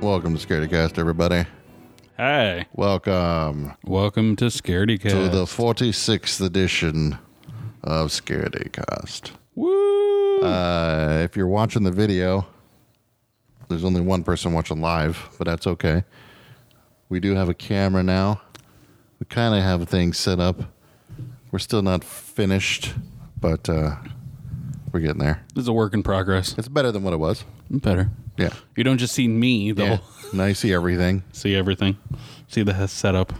Welcome to Scaredycast, everybody. Hey, Welcome welcome to Scaredy Cat. to the 46th edition of Scaredycast. Woo! Uh, if you're watching the video, there's only one person watching live, but that's okay. We do have a camera now. We kind of have things set up. We're still not finished, but uh, we're getting there. This is a work in progress. It's better than what it was. Better. Yeah. You don't just see me though. yeah. Now you see everything. See everything. See the setup.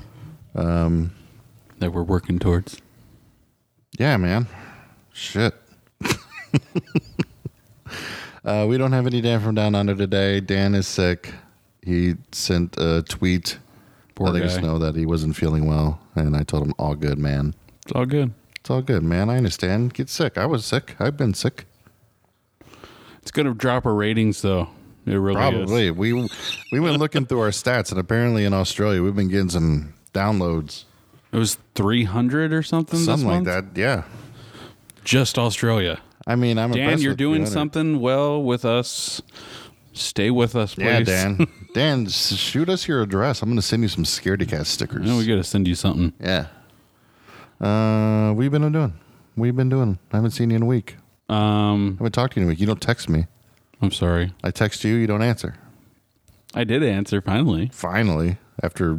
Um, that we're working towards. Yeah, man. Shit. uh, we don't have any Dan from Down Under today. Dan is sick. He sent a tweet Poor letting us guy. know that he wasn't feeling well, and I told him, "All good, man. It's all good. It's all good, man. I understand. Get sick. I was sick. I've been sick. It's gonna drop our ratings though. It really is. Probably. We we went looking through our stats, and apparently in Australia, we've been getting some downloads, It was three hundred or something. this something like month? that. Yeah. Just Australia. I mean, I'm Dan, impressed you're with doing 300. something well with us. Stay with us, please. Yeah, Dan. Dan, s- shoot us your address. I'm going to send you some Scaredy Cat stickers. No, we gotta send you something. yeah. Uh, what you been doing? What you been doing? I haven't seen you in a week. I Um, haven't talked to you in a week. You don't text me. I'm sorry. I text you. You don't answer. I did answer finally. Finally, after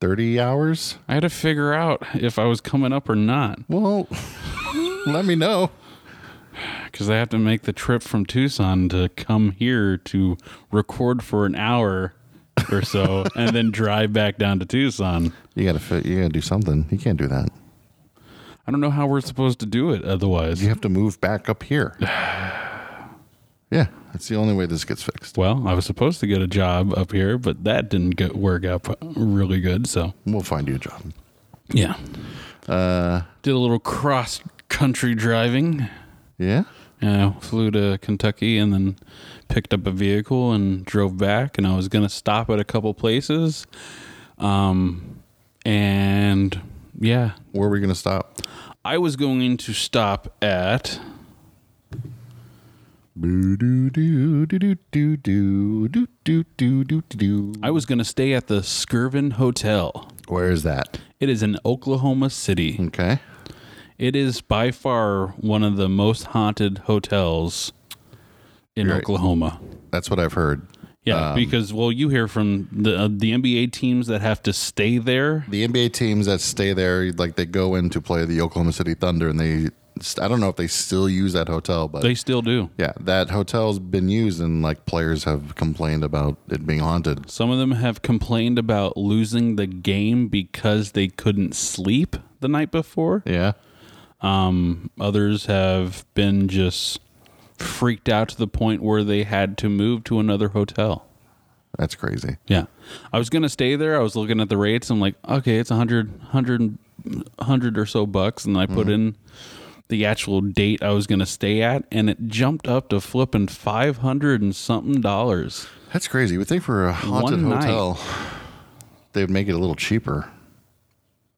30 hours. I had to figure out if I was coming up or not Well, let me know. because I have to make the trip from Tucson to come here to record for an hour or so and then drive back down to Tucson. You gotta fit. You gotta do something. You can't do that. I don't know how we're supposed to do it otherwise. You have to move back up here. yeah, that's the only way this gets fixed. Well, I was supposed to get a job up here, but that didn't go work out really good. So, We'll find you a job. yeah. Uh, Did a little cross country driving. Yeah. Uh, flew to Kentucky and then picked up a vehicle and drove back. And I was gonna stop at a couple places, um, and yeah, Where are we gonna stop? I was going to stop at Boo doo doo doo doo doo doo doo doo doo doo doo. I was gonna stay at the Skirvin Hotel. Where is that? It is in Oklahoma City. Okay. It is by far one of the most haunted hotels in Right. Oklahoma. That's what I've heard. Yeah, because well, you hear from the uh, the NBA teams that have to stay there. The NBA teams that stay there, like they go in to play the Oklahoma City Thunder, and they, I don't know if they still use that hotel, but They still do. yeah, that hotel's been used, and like players have complained about it being haunted. Some of them have complained about losing the game because they couldn't sleep the night before. Yeah. Um, others have been just freaked out to the point where they had to move to another hotel. That's crazy. Yeah. I was going to stay there. I was looking at the rates. I'm like, okay, it's 100, 100, 100 or so bucks. And I Mm-hmm. put in the actual date I was going to stay at, and it jumped up to flipping 500 and something dollars. That's crazy. You would think for a haunted One night. hotel, they'd make it a little cheaper.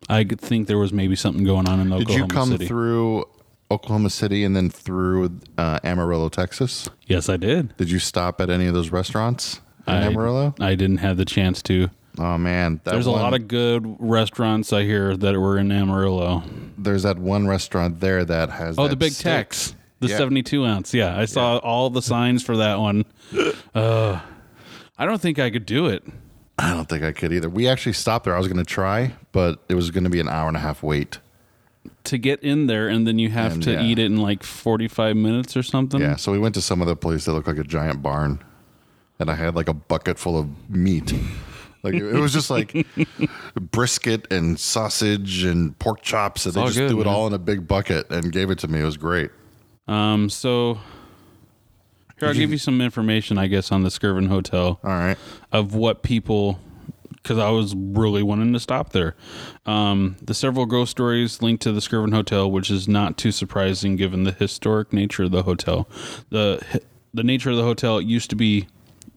I could think there was maybe something going on in Oklahoma Did you come City. through Oklahoma City and then through uh, Amarillo, Texas? Yes, I did. Did you stop at any of those restaurants in I- Amarillo? I didn't have the chance to. Oh man, that There's a one- lot of good restaurants I hear that were in Amarillo. There's that one restaurant there that has Oh, that the Big steak. Tex, the Yeah. 72 ounce. Yeah, I saw all the signs for that one. uh, I don't think I could do it. I don't think I could either. We actually stopped there. I was going to try, but it was going to be an hour and a half wait. To get in there, and then you have And, to yeah. eat it in like 45 minutes or something. Yeah, so we went to some other place that looked like a giant barn, and I had like a bucket full of meat. Like it it was just like brisket and sausage and pork chops, and they all just good, threw it man. all in a big bucket and gave it to me. It was great. Um. So here, I'll give you some information, I guess, on the Skirvin Hotel. All right, of what people because I was really wanting to stop there. Um, the several ghost stories linked to the Skirvin Hotel, which is not too surprising given the historic nature of the hotel. the The nature of the hotel it used to be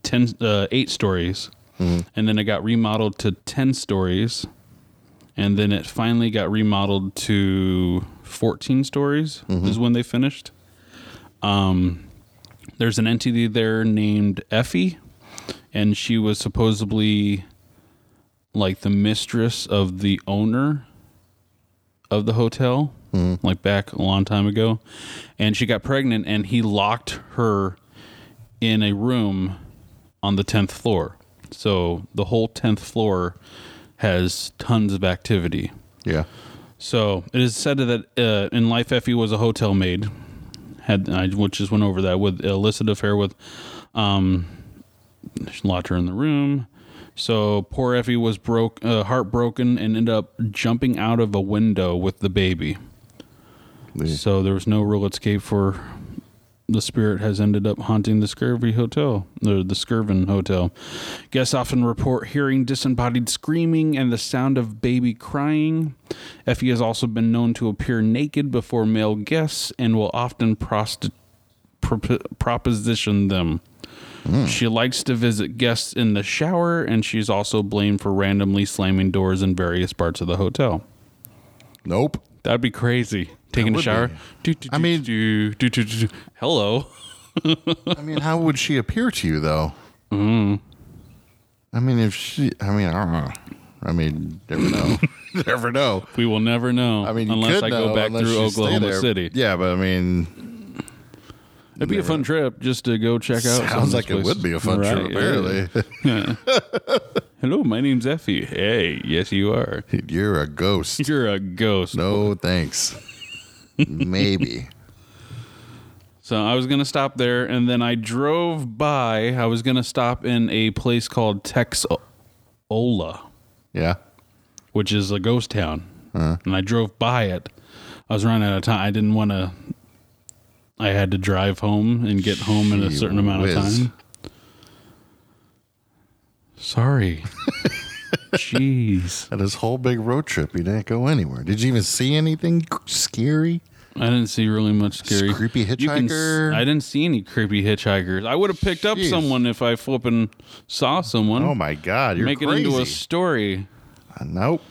ten, uh, eight stories, and then it got remodeled to ten stories, and then it finally got remodeled to fourteen stories. Is when they finished. Um, there's an entity there named Effie and she was supposedly like the mistress of the owner of the hotel, like back a long time ago, and she got pregnant, and he locked her in a room on the tenth floor. So the whole tenth floor has tons of activity. Yeah. So it is said that uh, in life, Effie was a hotel maid, had I which just went over that with illicit affair with, um, she locked her in the room. So poor Effie was broke, uh, heartbroken, and ended up jumping out of a window with the baby. Yeah. So there was no real escape for the spirit has ended up haunting the Scurvy Hotel, or the Skirvin Hotel. Guests often report hearing disembodied screaming and the sound of baby crying. Effie has also been known to appear naked before male guests and will often prosti- prop- proposition them. Hmm. She likes to visit guests in the shower, and she's also blamed for randomly slamming doors in various parts of the hotel. Nope. That'd be crazy. Taking a would shower. be. Do, do, I do, mean- do, do, do, do, do. hello. I mean, how would she appear to you though? Mm-hmm. I mean, if she, I mean, I don't know. I mean, never know. never know. We will never know. I mean, you unless could I know go back unless through you stay Oklahoma there. City, Yeah, but I mean, it'd be a fun trip just to go check out. some of sounds these like it places. would be a fun Right, trip. yeah. Apparently, Hello, my name's Effie. Hey, yes, you are. you're a ghost. You're a ghost. No thanks. Maybe. So I was gonna stop there, and then I drove by. I was gonna stop in a place called Texola, Yeah. which is a ghost town, Uh-huh. and I drove by it. I was running out of time. I didn't want to. I had to drive home and get home in a Gee certain amount of whiz. time. Sorry. Jeez. And this whole big road trip, you didn't go anywhere. Did you even see anything scary? I didn't see really much scary. Creepy You can s- hitchhiker? I didn't see any creepy hitchhikers. I would have picked up Jeez. someone if I flipping saw someone. Oh my God! You're Make crazy. it into a story. Uh, Nope.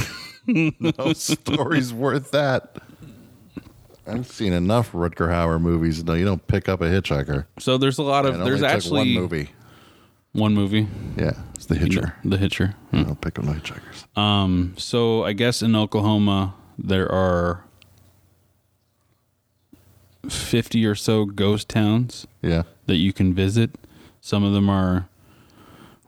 no story's worth that. I've seen enough Rutger Hauer movies. No, you don't pick up a hitchhiker. So there's a lot of It only there's took actually one movie. one movie. Yeah, it's The Hitcher. The Hitcher. You don't pick up no hitchhikers. Um, so I guess in Oklahoma there are fifty or so ghost towns Yeah, that you can visit. Some of them are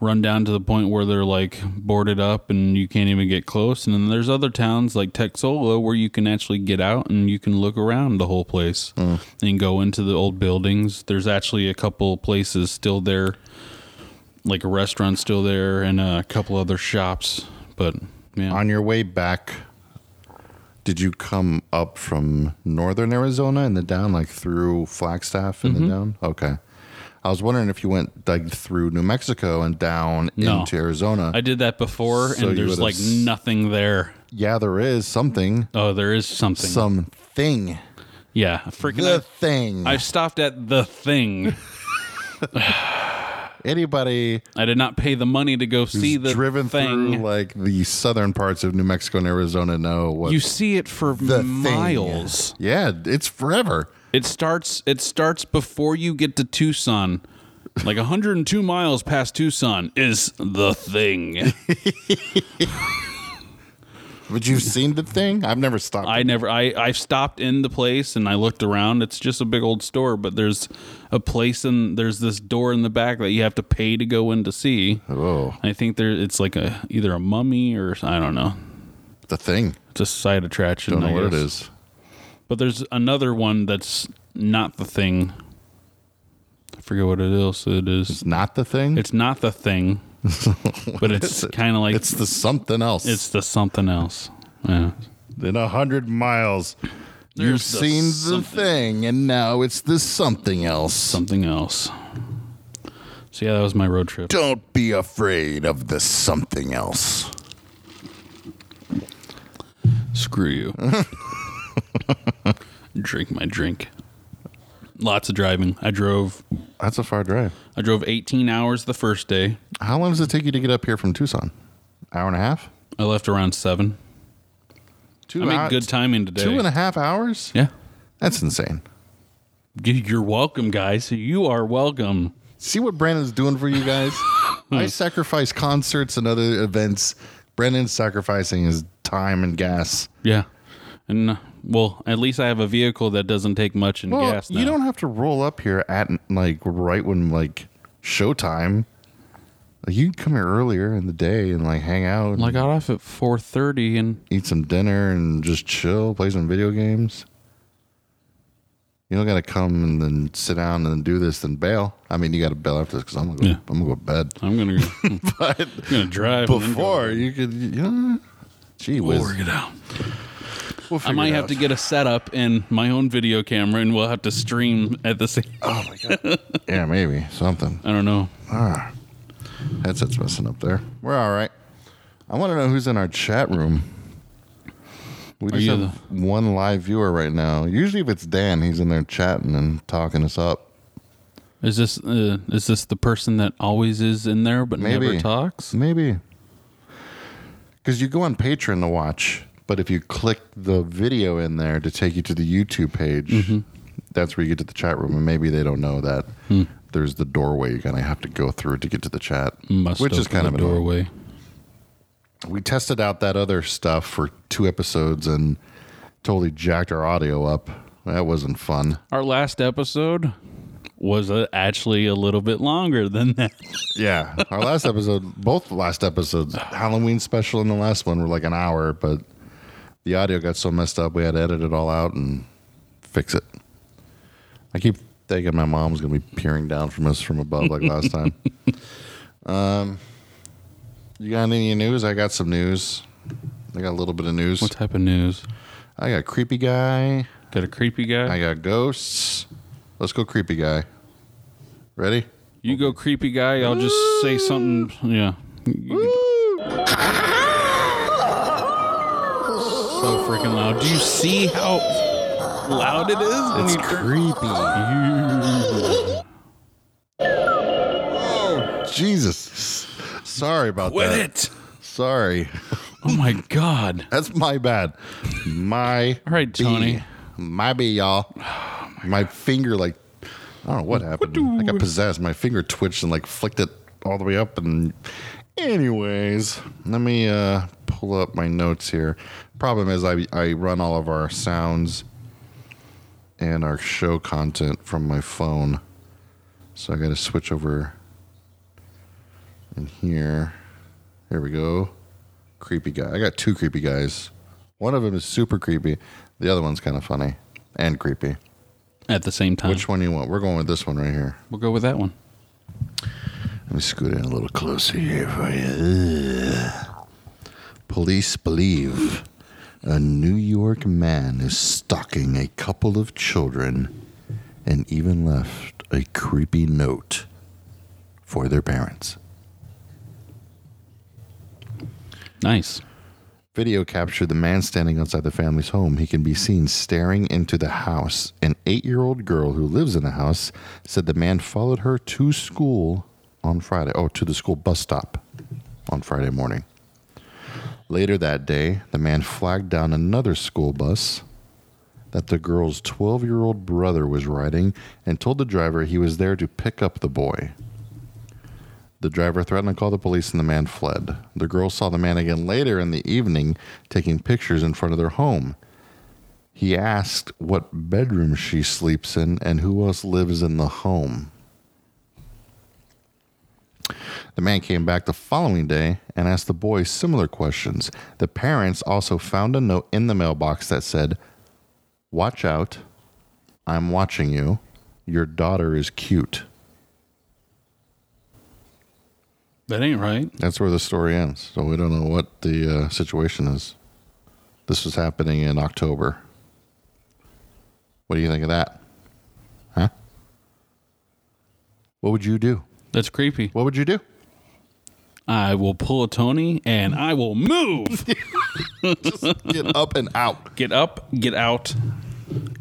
run down to the point where they're like boarded up and you can't even get close. And then there's other towns like Texola where you can actually get out and you can look around the whole place Mm. and go into the old buildings. There's actually a couple places still there, like a restaurant still there and a couple other shops. But yeah, on your way back, did you come up from northern Arizona and then down like through Flagstaff and Mm-hmm. then down? Okay, I was wondering if you went like through New Mexico and down No. into Arizona. I did that before So you and there's would've like s- nothing there. yeah, there is something, Oh, there is something. something, yeah, freaking. the I- thing. I stopped at the thing. Anybody I did not pay the money to go see the driven thing. through like the southern parts of New Mexico and Arizona know what you see it for the thing miles. is. Yeah, it's forever. It starts. It starts before you get to Tucson. Like 102 miles past Tucson is the thing. But you've seen the thing? I've never stopped. I never. I I've stopped in the place and I looked around. It's just a big old store, but there's a place and there's this door in the back that you have to pay to go in to see. oh, I think there. It's like a either a mummy or I don't know. the thing. It's a side attraction. Don't know I what it guess. is. But there's another one that's not the thing. I forget what it else it is. It's not the thing. It's not the thing, but it's kind of like It's it's, the something else. the something else. Yeah. in a hundred miles. You've There's the seen the something. thing, and now it's the something else. Something else. So yeah, that was my road trip. Don't be afraid of the something else. Screw you. drink my drink. Lots of driving. I drove. That's a far drive. I drove 18 hours the first day. How long does it take you to get up here from Tucson? Hour and a half. I left around seven. Two. I hou- made good timing today. Two and a half hours? yeah. That's insane. Y- You're welcome, guys. You are welcome. See what Brandon's doing for you guys? I sacrifice concerts and other events. Brandon's sacrificing his time and gas. Yeah. And uh, well, at least I have a vehicle that doesn't take much in Well, gas. Now. you don't have to roll up here at like right when like showtime. Like, You can come here earlier in the day and like hang out, I like got off at four thirty, and eat some dinner and just chill, play some video games. You don't got to come and then sit down and do this and bail. I mean, you got to bail after this because I'm gonna go, Yeah. I'm gonna go to bed. I'm gonna I'm But gonna drive and then go- before you could, you know, gee whiz, We'll work it out. We'll I figure might it have out. to get a setup and my own video camera, and we'll have to stream at the same. Oh my god. yeah, maybe something. I don't know. Headset's messing up there. We're all right. I want to know who's in our chat room. We just you have one live viewer right now. Usually, if it's Dan, he's in there chatting and talking us up. Is this uh, is this the person that always is in there but Maybe. never talks? Maybe because you go on Patreon to watch, but if you click the video in there to take you to the YouTube page, Mm-hmm. that's where you get to the chat room. And maybe they don't know that Hmm. there's the doorway you kind of have to go through to get to the chat, Must which is open kind the of annoying. doorway. we tested out that other stuff for two episodes and totally jacked our audio up. That wasn't fun. Our last episode was uh, actually a little bit longer than that. Yeah, our last episode, both last episodes, Halloween special and the last one were like an hour, but the audio got so messed up we had to edit it all out and fix it. I keep thinking my mom's gonna be peering down from us from above like last time. Um, you got any news? I got some news. I got a little bit of news. What type of news? I got creepy guy. Got a creepy guy. I got ghosts. Let's go, creepy guy. Ready? you go creepy guy. I'll just say something. Yeah. so freaking loud. Do you see how loud it is? when you turn- creepy. Jesus. Sorry about Quit that. it. Sorry. Oh my god. That's my bad. My All right, B. Tony. My B, y'all. my finger, like, I don't know what happened. I got possessed. My finger twitched and, like, flicked it all the way up. And, anyways, let me uh, pull up my notes here. Problem is, I, I run all of our sounds and our show content from my phone. So I got to switch over in here. Here we go. Creepy guy. I got two creepy guys. One of them is super creepy. The other one's kind of funny and creepy. At the same time, Which one do you want? We're going with this one right here. we'll go with that one. Let me scoot in a little closer here for you. Ugh. Police believe a New York man is stalking a couple of children and even left a creepy note for their parents. Nice. Video captured the man standing outside the family's home. He can be seen staring into the house. An eight year old girl who lives in the house said the man followed her to school on Friday. Oh, to the school bus stop on Friday morning. Later that day, the man flagged down another school bus that the girl's 12 year old brother was riding and told the driver he was there to pick up the boy. The driver threatened to call the police and the man fled. The girl saw the man again later in the evening taking pictures in front of their home. He asked what bedroom she sleeps in and who else lives in the home. The man came back the following day and asked the boy similar questions. The parents also found a note in the mailbox that said, Watch out. I'm watching you. Your daughter is cute. That ain't right. That's where the story ends. So we don't know what the uh, situation is. This was happening in October. What do you think of that? Huh? What would you do? That's creepy. What would you do? I will pull a Tony and I will move. Get up and out. get up, get out,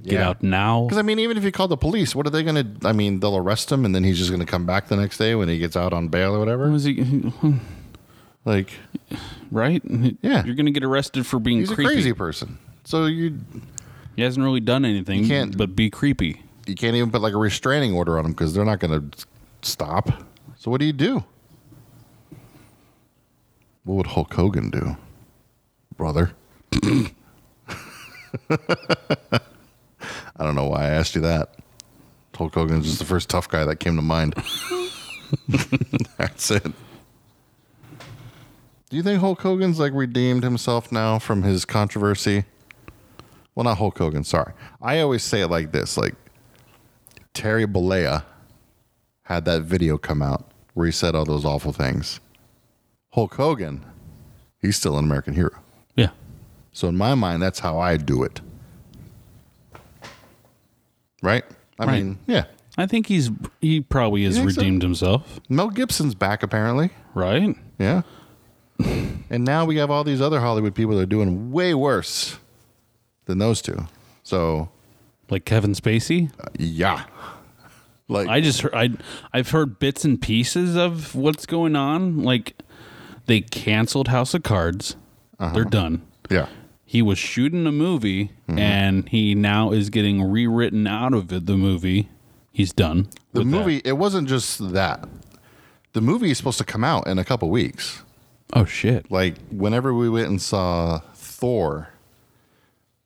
get Yeah. out now. Because I mean, even if you call the police, what are they going to? I mean, they'll arrest him, and then he's just going to come back the next day when he gets out on bail or whatever. Was he Like right? Yeah. You're gonna get arrested for being he's creepy. a crazy person, so you He hasn't really done anything can't- but be creepy. you can't even put like a restraining order on him because they're not going to stop. So what do you do? What would Hulk Hogan do, brother? I don't know why I asked you that. Hulk Hogan's just the first tough guy that came to mind. That's it. Do you think Hulk Hogan's like redeemed himself now from his controversy? Well, not Hulk Hogan, sorry. I always say it like this like Terry Bollea had that video come out where he said all those awful things. Hulk Hogan, he's still an American hero. Yeah. So in my mind, that's how I do it. Right? I Right. mean, yeah. I think he's he probably has think so? redeemed himself, Mel Gibson's back apparently. right? Yeah. and now we have all these other Hollywood people that are doing way worse than those two. So Like Kevin Spacey. yeah. Like I just heard, I I've heard bits and pieces of what's going on. Like they canceled House of Cards. Uh-huh. They're done. yeah. He was shooting a movie Mm-hmm. and he now is getting rewritten out of it, the movie. He's done. The with that. movie it wasn't just that. The movie is supposed to come out in a couple weeks. Oh shit. Like whenever we went and saw Thor,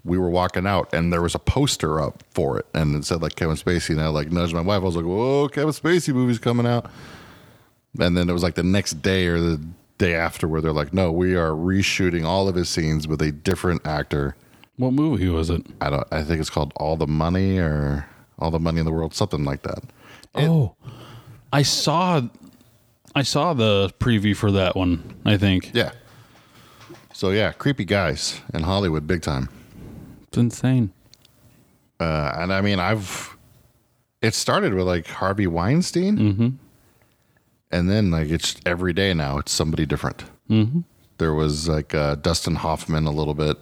we were walking out and there was a poster up for it and it said like Kevin Spacey and I like nudged my wife. I was like, Whoa, Kevin Spacey movie's coming out. And then it was like the next day or the day after where they're like, No, we are reshooting all of his scenes with a different actor. What movie was it? I don't I think it's called All the Money or All the Money in the World, something like that. oh. I saw I saw the preview for that one, I think. Yeah. So yeah, creepy guys in Hollywood big time. It's insane. Uh, and I mean, I've it started with like Harvey Weinstein, and then like it's every day now. It's somebody different. Mm-hmm. There was like uh, Dustin Hoffman a little bit.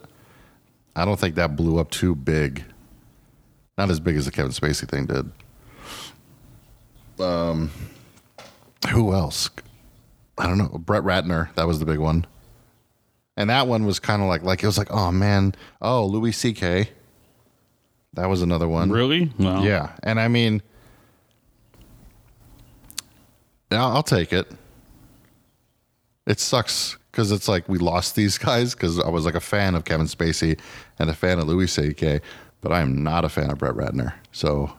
I don't think that blew up too big. Not as big as the Kevin Spacey thing did. Um, who else? I don't know. Brett Ratner. That was the big one. And that one was kind of like like it was like oh man oh Louis C.K. That was another one. Really? Well, Yeah, and I mean, I'll, I'll take it. It sucks because it's like we lost these guys because I was like a fan of Kevin Spacey and a fan of Louis C.K., but I am not a fan of Brett Ratner. So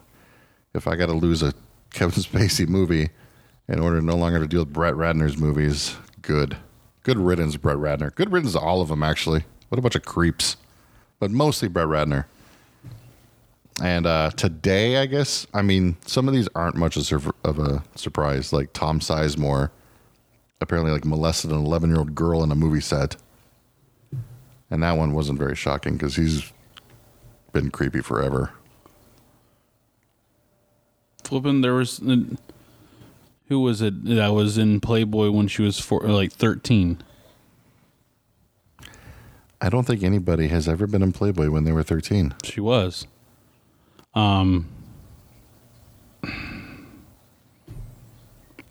if I got to lose a Kevin Spacey movie in order no longer to deal with Brett Ratner's movies, good. Good riddance, Brett Ratner. Good riddance to all of them, actually. What a bunch of creeps. But mostly Brett Ratner. And uh, today, I guess, I mean, some of these aren't much a sur- of a surprise. Like Tom Sizemore apparently like molested an 11 year old girl in a movie set. And that one wasn't very shocking because he's been creepy forever. Flipping there was uh, who was it that was in Playboy when she was four, like 13. I don't think anybody has ever been in Playboy when they were 13. She was. Um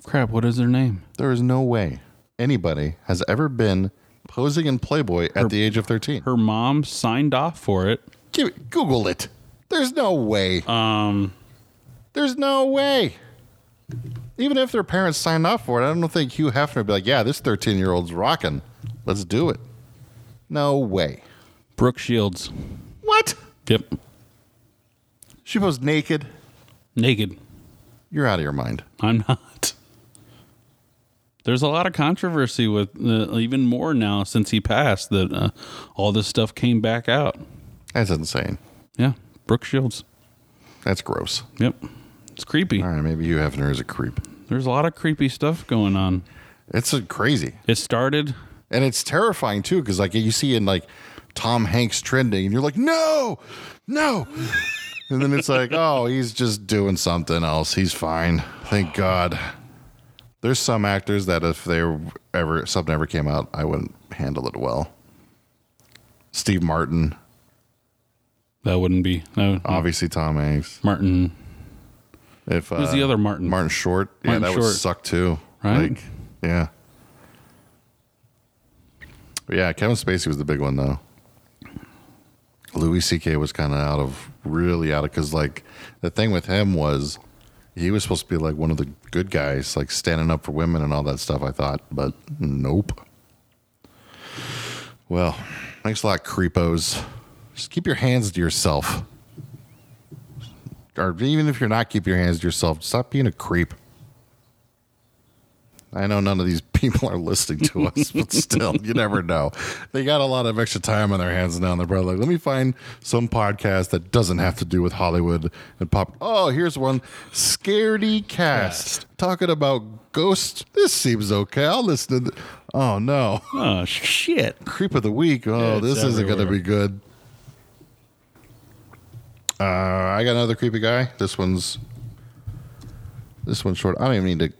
crap, what is her name? There is no way anybody has ever been posing in Playboy at the age of 13. Her mom signed off for it. Give it- Google it. There's no way. Um, there's no way. Even if their parents signed off for it, I don't think Hugh Hefner would be like, "Yeah, this 13 year old's rocking. Let's do it." No way. Brooke Shields. What? Yep. She posed naked. Naked. You're out of your mind. I'm not. There's a lot of controversy with uh, even more now since he passed that uh, all this stuff came back out. That's insane. Yeah, Brooke Shields. That's gross. Yep, it's creepy. All right, maybe Hugh Hefner is a creep. There's a lot of creepy stuff going on. It's uh, crazy. It started. and it's terrifying too because like you see in like tom hanks trending and you're like no no and then it's like oh he's just doing something else he's fine thank god there's some actors that if they were ever if something ever came out i wouldn't handle it well steve martin That wouldn't be no obviously tom hanks Martin. if uh, Who's the other Martin? martin short Martin yeah that Short. would suck too Right? like yeah But yeah, Kevin Spacey was the big one though. Louis C.K. was kind of out of really out of because like the thing with him was He was supposed to be like one of the good guys, like standing up for women and all that stuff, I thought, but nope. Well, thanks a lot, creepos. Just keep your hands to yourself. Or even if you're not keeping your hands to yourself, stop being a creep. I know none of these people are listening to us, but still, you never know. They got a lot of extra time on their hands now, and they're probably like, let me find some podcast that doesn't have to do with Hollywood and pop. Oh, here's one Scaredy Cast talking about ghosts. This seems okay. I'll listen to. Th- oh, no. Oh shit! Creep of the Week. Oh, It's this isn't going to everywhere. be good. Uh, I got another creepy guy. This one's this one's short. I don't even need to.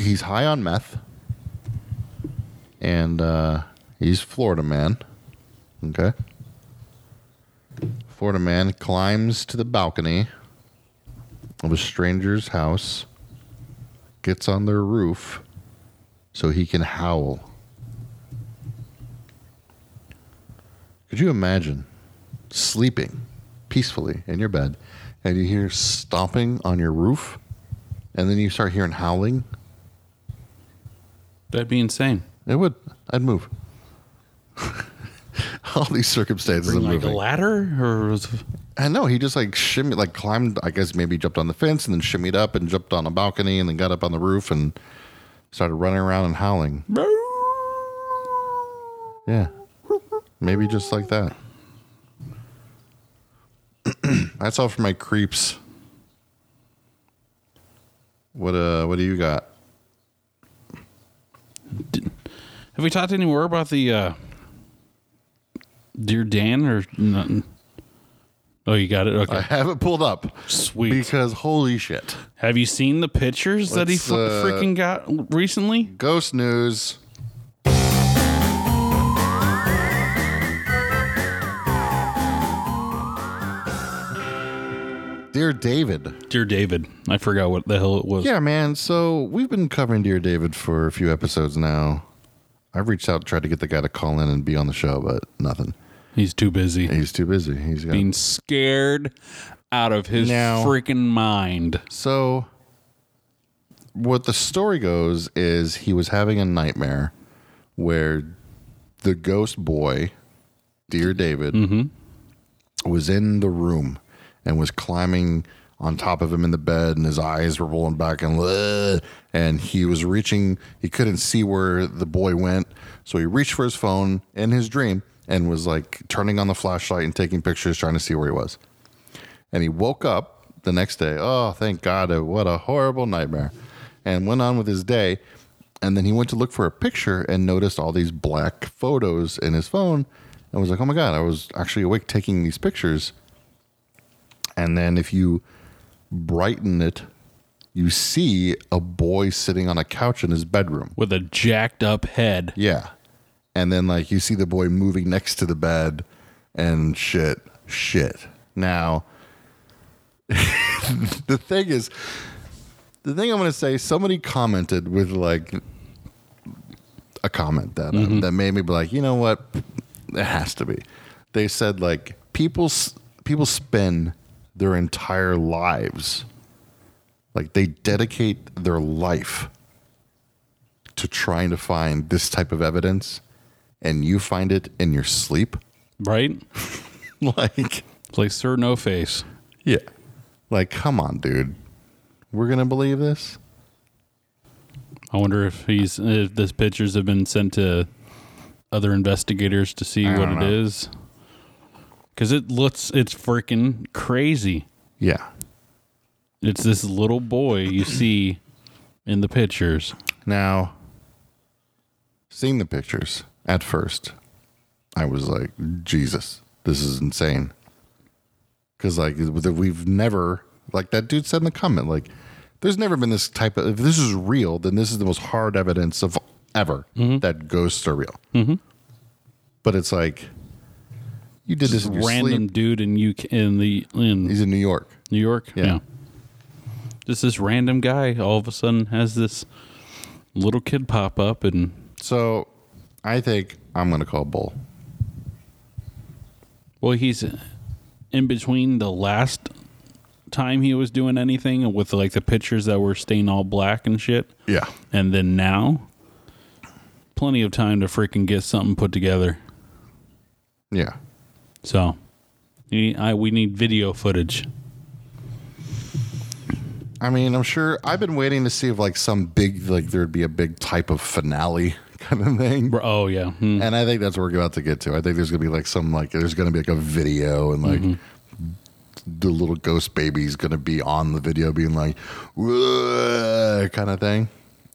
He's high on meth, and uh, he's Florida man. Okay, Florida man climbs to the balcony of a stranger's house, gets on their roof, so he can howl. Could you imagine sleeping peacefully in your bed and you hear stomping on your roof and then you start hearing howling? That'd be insane. It would. I'd move. All these circumstances of Like a moving. ladder, or was I know he just like shimmy, like climbed. I guess maybe jumped on the fence and then shimmied up and jumped on a balcony and then got up on the roof and started running around and howling. Yeah, maybe just like that. That's all for my creeps. What uh? What do you got? have we talked anywhere about the uh, dear Dan or nothing? Oh, you got it. Okay, I have it pulled up sweet. because holy shit! have you seen the pictures that he let's, fr- uh, freaking got recently? Ghost news. Dear David. Dear David, I forgot what the hell it was. Yeah, man. So we've been covering Dear David for a few episodes now. I've reached out, tried to get the guy to call in and be on the show, but nothing. He's too busy. He's too busy. He's got being scared out of his Now- freaking mind. So, what the story goes is he was having a nightmare where the ghost boy, dear David, was in the room and was climbing on top of him in the bed, and his eyes were rolling back and "Ugh," and he was reaching. He couldn't see where the boy went, so he reached for his phone in his dream and was like turning on the flashlight and taking pictures, trying to see where he was and he woke up the next day. Oh, thank God! uh, What a horrible nightmare! And went on with his day. And then he went to look for a picture and noticed all these black photos in his phone, and was like, "Oh my God! I was actually awake taking these pictures." And then if you brighten it, you see a boy sitting on a couch in his bedroom. with a jacked up head. Yeah. And then like you see the boy moving next to the bed and shit, shit. Now the thing is the thing I'm going to say somebody commented with like a comment that uh, that made me be like, "You know what? It has to be." They said like people s- people spend their entire lives like they dedicate their life to trying to find this type of evidence and you find it in your sleep Right? like It's like Sir No Face. yeah like come on dude we're gonna believe this I wonder if he's if these pictures have been sent to other investigators to see what it is. Cause it looks it's freaking crazy. yeah It's this little boy you see in the pictures. now seeing the pictures at first i was like jesus this is insane because like we've never like that dude said in the comment like there's never been this type of if this is real then this is the most hard evidence of ever that ghosts are real but it's like you did this in your Random sleep dude in UK in the in he's in new york New York. Yeah. Just this random guy all of a sudden has this little kid pop up and so i think i'm gonna call bull Well, he's in between the last time he was doing anything with like the pictures that were stained all black and shit, Yeah. and then now, plenty of time to freaking get something put together. Yeah. So, you- I, we need video footage. I mean, I'm sure I've been waiting to see if like some big like there'd be a big type of finale kind of thing. Bro- Oh yeah, Hmm. And I think that's what we're about to get to. I think there's gonna be like some like there's gonna be like a video and like the little ghost baby's gonna be on the video being like "Whoa," kind of thing.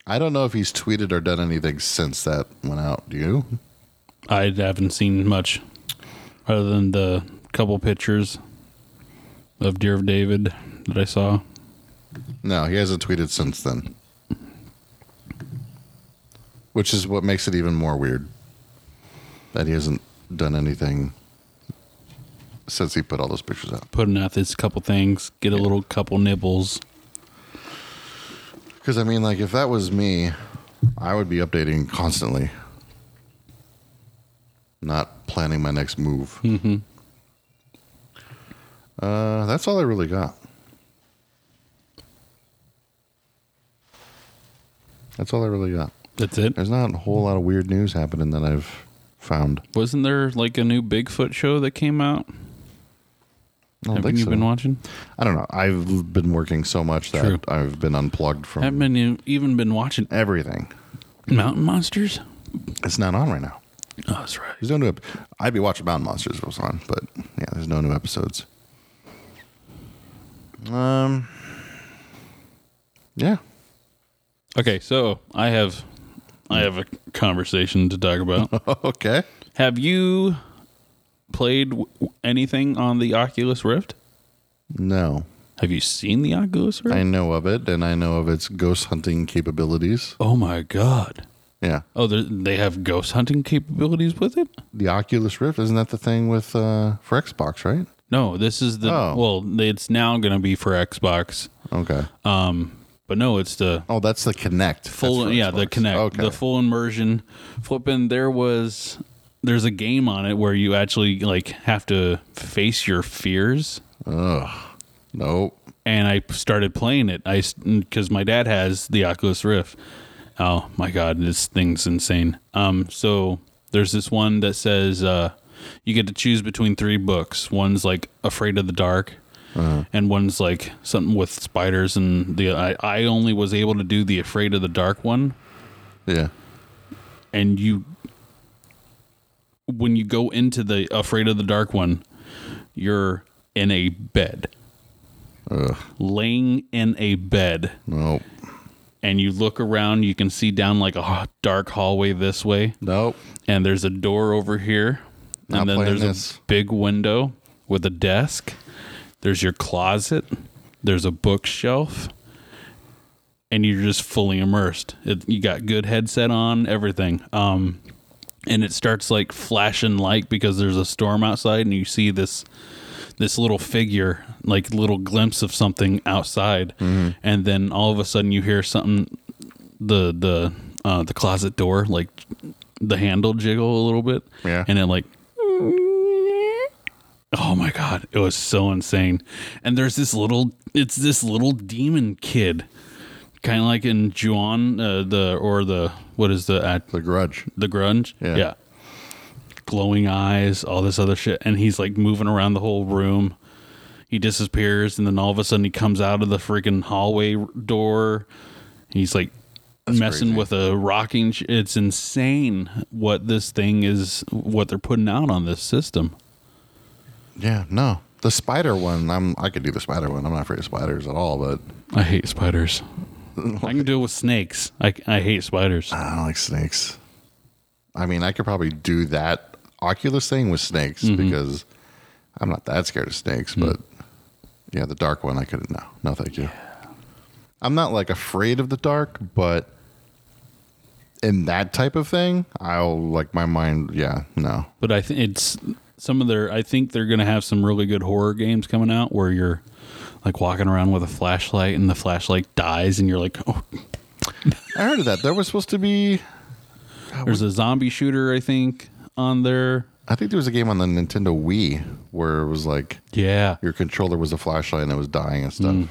I don't know if he's tweeted or done anything since that went out. Do you? I haven't seen much other than the couple pictures of Dear of David that I saw. No, he hasn't tweeted since then. Which is what makes it even more weird that he hasn't done anything since he put all those pictures out. Putting out this couple things, get a little couple nibbles. Because I mean, like, if that was me, I would be updating constantly, not planning my next move. Uh, that's all I really got. That's all I really got. That's it. There's not a whole lot of weird news happening that I've found. Wasn't there like a new Bigfoot show that came out? I don't, Haven't think you so. been watching? I don't know. I've been working so much that True. I've been unplugged from Haven't been e- even been watching everything. Mountain Monsters. It's not on right now. Oh, that's right. There's no new. Ep- I'd be watching Mountain Monsters if it was on, but yeah, there's no new episodes. Um. Yeah. Okay, so I have I have a conversation to talk about. okay. have you played w- anything on the Oculus Rift? No, Have you seen the Oculus Rift? I know of it, and I know of its ghost hunting capabilities. oh my god! Yeah, Oh, they're- they have ghost hunting capabilities with it. the Oculus Rift isn't that the thing with uh, for Xbox, right? No, this is the Oh. well. It's now going to be for Xbox. Okay. Um, but no, it's the Oh, that's the Connect. full yeah the connect the full immersion flipping there was there's a game on it where you actually like have to face your fears nope. and i started playing it i because my dad has the oculus rift oh my god this thing's insane um so there's this one that says uh you get to choose between three books one's like afraid of the dark And one's like something with spiders, and the I, I only was able to do the afraid of the dark one Yeah. and you when you go into the afraid of the dark one you're in a bed laying in a bed Nope. and you look around you can see down like a ho- dark hallway this way Nope. and there's a door over here and Not then playing there's this. a big window with a desk there's your closet there's a bookshelf and you're just fully immersed it, you got good headset on everything um and it starts like flashing light because there's a storm outside and you see this this little figure like little glimpse of something outside and then all of a sudden you hear something the the uh the closet door like the handle jiggle a little bit Yeah. and it like oh my god it was so insane and there's this little it's this little demon kid kind of like in Juon uh, the or the what is the uh, act The Grudge. the grunge. Yeah. Glowing eyes, all this other shit. And he's like moving around the whole room. He disappears and then all of a sudden he comes out of the freaking hallway door. He's like messing crazy. with a rocking. Sh- it's insane what this thing is, what they're putting out on this system. Yeah. No. The spider one. I'm. I could do the spider one. I'm not afraid of spiders at all. But I hate spiders. I can deal with snakes. I, I hate spiders. I don't like snakes. I mean, I could probably do that Oculus thing with snakes Mm-hmm. because I'm not that scared of snakes. But yeah, the dark one. I couldn't. No. No, thank you. I'm not like afraid of the dark, but in that type of thing, I'll like my mind. Yeah. No. but I think it's some of their. I think they're going to have some really good horror games coming out where you're like walking around with a flashlight and the flashlight dies and you're like, oh, I heard of that. There was supposed to be there's a zombie shooter I think on there. I think there was a game on the Nintendo Wii where it was like Yeah. your controller was a flashlight and it was dying and stuff. Hmm.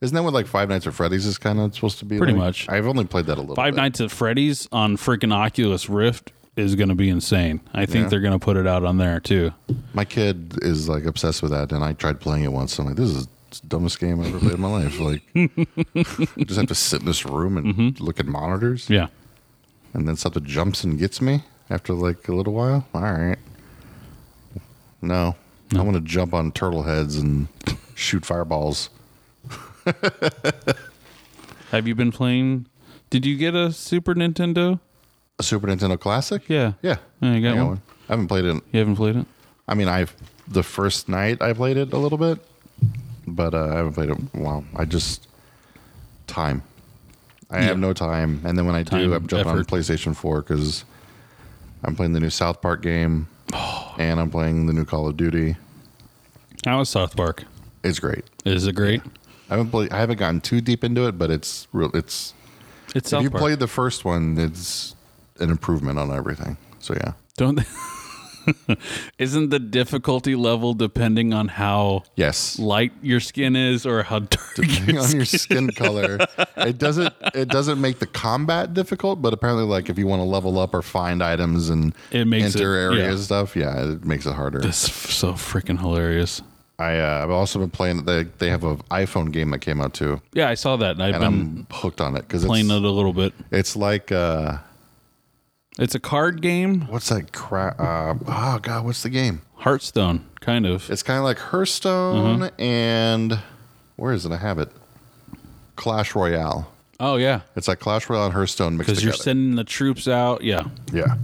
Isn't that what like Five Nights at Freddy's is kind of supposed to be? Pretty like? much. I've only played that a little. Five bit. Nights at Freddy's on freaking Oculus Rift is going to be insane. I think Yeah. they're going to put it out on there too. My kid is like obsessed with that, and I tried playing it once. I'm like, this is the dumbest game I ever played in my life. Like, I just have to sit in this room and Mm-hmm. look at monitors, Yeah. and then something jumps and gets me after like a little while. All right, no, I want to jump on turtle heads and shoot fireballs. Have you been playing? Did you get a Super Nintendo? A Super Nintendo Classic? Yeah. yeah. Yeah, you got I one? I haven't played it. in- You haven't played it? I mean, I've the first night I played it a little bit, but uh, I haven't played it. in a while. I just time. I have no time, and then when I Time, do, I'm jumping effort. on PlayStation Four because I'm playing the new South Park game, and I'm playing the new Call of Duty. How is South Park? It's great. Is it great? I haven't played. I haven't gotten too deep into it, but it's real. It's if It's South you Park. played the first one, it's an improvement on everything. So yeah, Don't. they- Isn't the difficulty level depending on how yes. light your skin is or how dark? depending on your skin color. It doesn't it doesn't make the combat difficult, but apparently like if you want to level up or find items and It makes enter it- areas yeah. and stuff, yeah, it makes it harder. It's f- so freaking hilarious. I uh, I've also been playing they they have an iPhone game that came out too, Yeah, I saw that, and I've and been I'm hooked on it because playing it's, it a little bit. it's like uh It's a card game, what's that crap? Uh, oh god, what's the game? Hearthstone, kind of. It's kind of like Hearthstone Mm-hmm. and where is it? I have it. Clash Royale. Oh yeah, It's like Clash Royale and Hearthstone mixed because together. you're sending the troops out. Yeah, Yeah.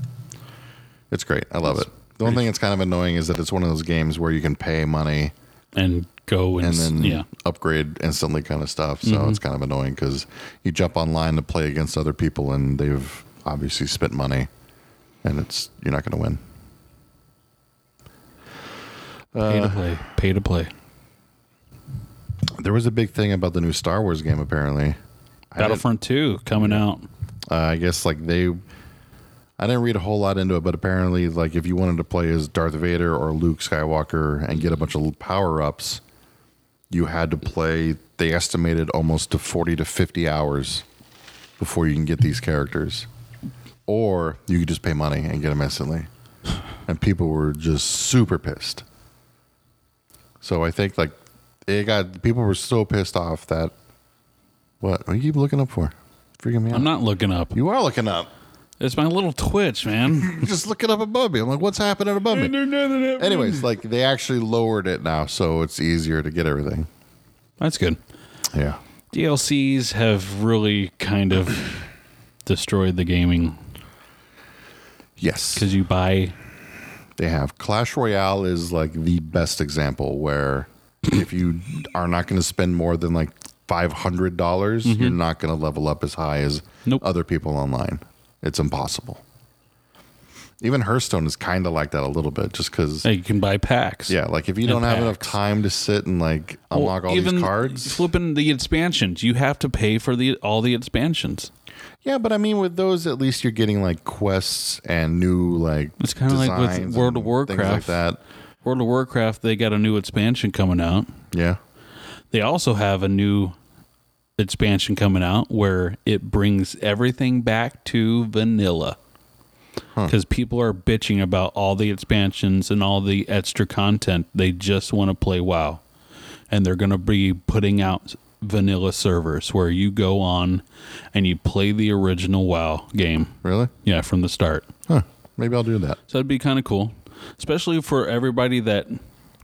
It's great. I love it. The only thing that's kind of annoying is that it's one of those games where you can pay money and go and, and s- then yeah, Mm-hmm. upgrade instantly kind of stuff. So it's kind of annoying because you jump online to play against other people and they've obviously spent money and it's you're not going to win. pay uh, to play, pay to play. There was a big thing about the new Star Wars game apparently. I didn't- Battlefront Two coming out. uh, I guess like they I didn't read a whole lot into it, but apparently like if you wanted to play as Darth Vader or Luke Skywalker and get a bunch of power-ups, you had to play they estimated almost to 40 to 50 hours before you can get these characters. Or you could just pay money and get them instantly. And people were just super pissed. So I think like it got people were so pissed off that what? What do you keep looking up for? Freaking me out. I'm not looking up. You are looking up. It's my little twitch, man. You're just looking up above me. I'm like, what's happening above me? Anyways, like they actually lowered it now, so it's easier to get everything. That's good. Yeah. DLCs have really kind of destroyed the gaming Yes. because you buy. They have Clash Royale is like the best example where if you are not going to spend more than like five hundred dollars, you're not going to level up as high as Mm-hmm. Nope. other people online. It's impossible. Even Hearthstone is kind of like that a little bit, just because. Hey, uh, you can buy packs. Yeah, like if you don't have enough packs. time to sit and like Well, unlock all even these cards, Flipping the expansions, you have to pay for the all the expansions. Yeah, but I mean, with those, at least you're getting like quests and new like. It's kinda like with designs World of and things Warcraft. like that. World of Warcraft, they got a new expansion coming out. Yeah, They also have a new expansion coming out where it brings everything back to vanilla. Because people are bitching about all the expansions and all the extra content. They just want to play WoW. And they're going to be putting out vanilla servers where you go on and you play the original WoW game. really? Yeah, from the start. Huh? Maybe I'll do that. So that'd be kind of cool, especially for everybody that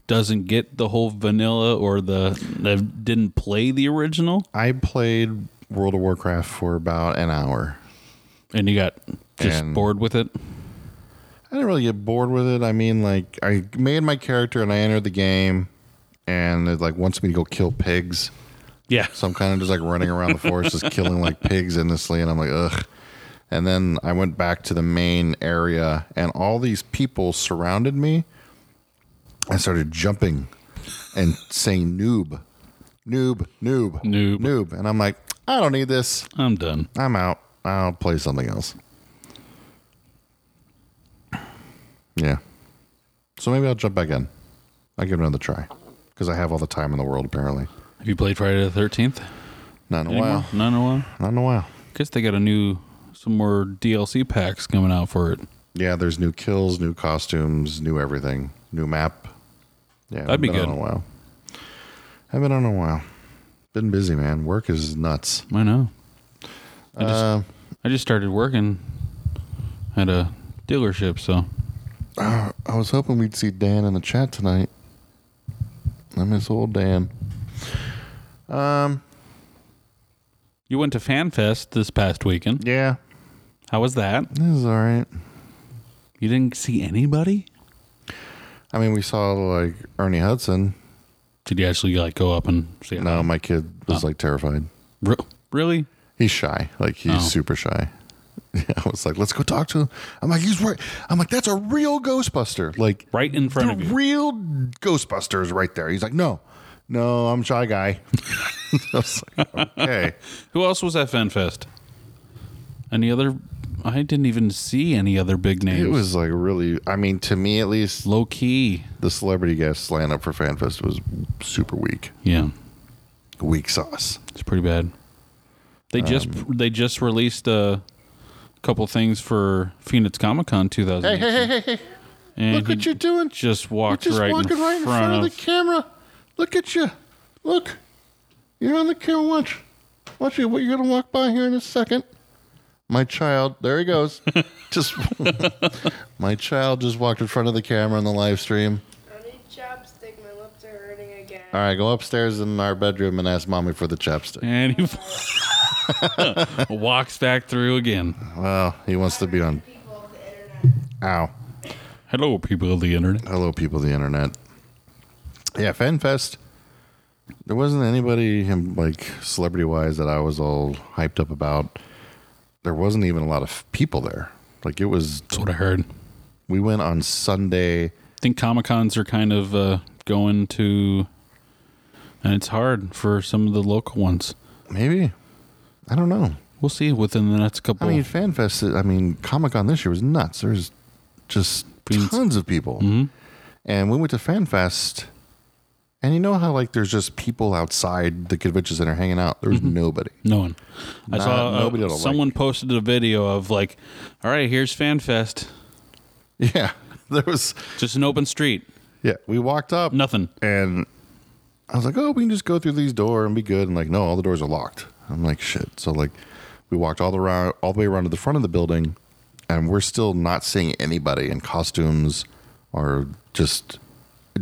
doesn't get the whole vanilla or the that didn't play the original, I played World of Warcraft for about an hour. and you got just And- bored with it. I didn't really get bored with it. I mean, like I made my character and I entered the game, and it like wants me to go kill pigs. Yeah, So I'm kind of just like running around the forest, just killing like pigs endlessly, and I'm like, ugh. And then I went back to the main area, and all these people surrounded me. I started jumping and saying noob, noob, noob, Noob. noob. And I'm like, I don't need this. I'm done. I'm out. I'll play something else. Yeah. So maybe I'll jump back in. I'll give it another try because I have all the time in the world apparently. Have you played Friday the Thirteenth? Not in a while. Not in a while. Not in a while. Guess they got a new some more DLC packs coming out for it. Yeah, there's new kills, new costumes, new everything, new map. Yeah, That'd be been good. On a while. I've been on a while. Been busy, man. Work is nuts. I know. I just, Uh, I just started working at a dealership, so I was hoping we'd see Dan in the chat tonight. I miss old Dan. Um. you went to FanFest this past weekend. Yeah, How was that? this is all right. You didn't see anybody? I mean, we saw like Ernie Hudson. Did you actually like go up and see? No, my kid Uh-huh. was like terrified. Re- really? He's shy. Like he's Oh. super shy. I was like, let's go talk to him. I'm like, he's right. I'm like, that's a real Ghostbuster. Like Right in front of the you. real Ghostbuster is right there. He's like, no, no, I'm shy guy. I was like, okay. Who else was at FanFest? Any other? I didn't even see any other big names. It was like really. I mean, to me at least, low key. the celebrity guest lineup for FanFest was super weak. Yeah, Weak sauce. it's pretty bad. They just Um, they just released a couple things for Phoenix Comic Con 2000. Hey, hey, hey, hey, And Look he what you're doing. Just walked Just right, walking in right in front of, of. the camera. Look at you. Look. You're on the camera. Watch. Watch you. You're going to walk by here in a second. My child. There he goes. just. my child just walked in front of the camera in the live stream. I need chapstick. My lips are hurting again. All right, go upstairs in our bedroom and ask mommy for the chapstick. and he walks back through again. Well, he wants to be on. People of the internet. Ow. Hello, people of the internet. Hello, people of the internet. Yeah, FanFest. There wasn't anybody um, like celebrity wise that I was all hyped up about. There wasn't even a lot of people there. Like it was, That's what I heard. we went on Sunday. think Comic Cons are kind of uh, going to, and it's hard for some of the local ones. Maybe I don't know. We'll see within the next I couple. mean, FanFest. I mean, Comic Con this year was nuts. There's just Fiends. tons of people, and we went to FanFest. And you know how like there's just people outside the convention center hanging out. There was nobody. no one. I Nah, saw uh, nobody that'll like someone posted a video of like, all right, here's FanFest, Yeah, there was. just an open street, Yeah, we walked up. nothing. and I was like, "Oh, we can just go through these door and be good." And like, no, all the doors are locked. I'm like, "Shit!" So like, we walked all the round, all the way around to the front of the building, and we're still not seeing anybody in costumes or just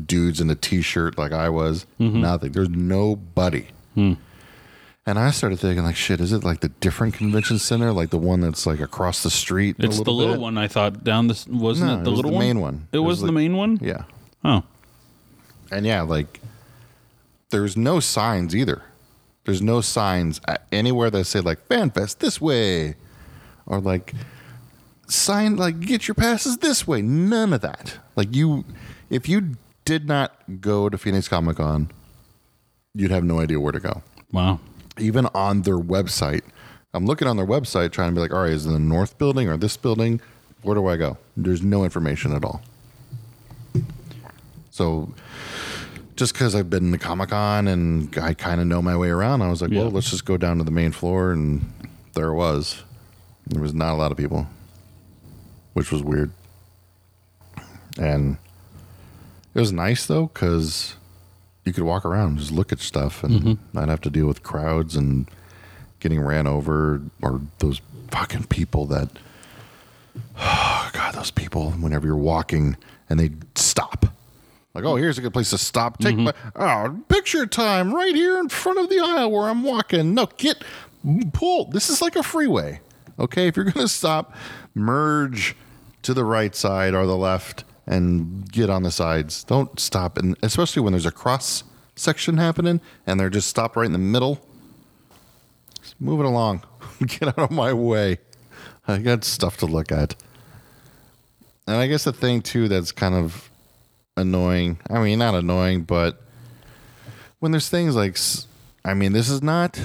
dudes in a t-shirt like I was. Mm-hmm. Nothing. There's nobody. Hmm. And I started thinking, like, shit, is it like the different convention center, like the one that's like across the street? a It's the little bit? one I thought down this wasn't No, it it the was little the one? main one. It, It was, was the like- main one. Yeah. Oh, And yeah, like there's no signs either. There's no signs at anywhere that say like FanFest this way or like sign like get your passes this way. None of that. Like you if you did not go to Phoenix Comic Con, you'd have no idea where to go. wow. Even on their website. I'm looking on their website trying to be like, all right, is it the north building or this building? Where do I go? There's no information at all. So just because I've been to Comic Con and I kind of know my way around, I was like, Yeah. well, let's just go down to the main floor. And there it was. There was not a lot of people, which was weird. And it was nice though, because you could walk around and just look at stuff and not have to deal with crowds and getting ran over or those fucking people that. God, those people, whenever you're walking and they stop. Like, oh, here's a good place to stop. Take my oh, picture time right here in front of the aisle where I'm walking. No, get pull. This is like a freeway. Okay, if you're gonna stop, merge to the right side or the left and get on the sides. Don't stop, and especially when there's a cross section happening and they're just stopped right in the middle. Just move it along. get out of my way. I got stuff to look at. And I guess the thing too that's kind of annoying. I mean, not annoying, but when there's things like, s- I mean, this is not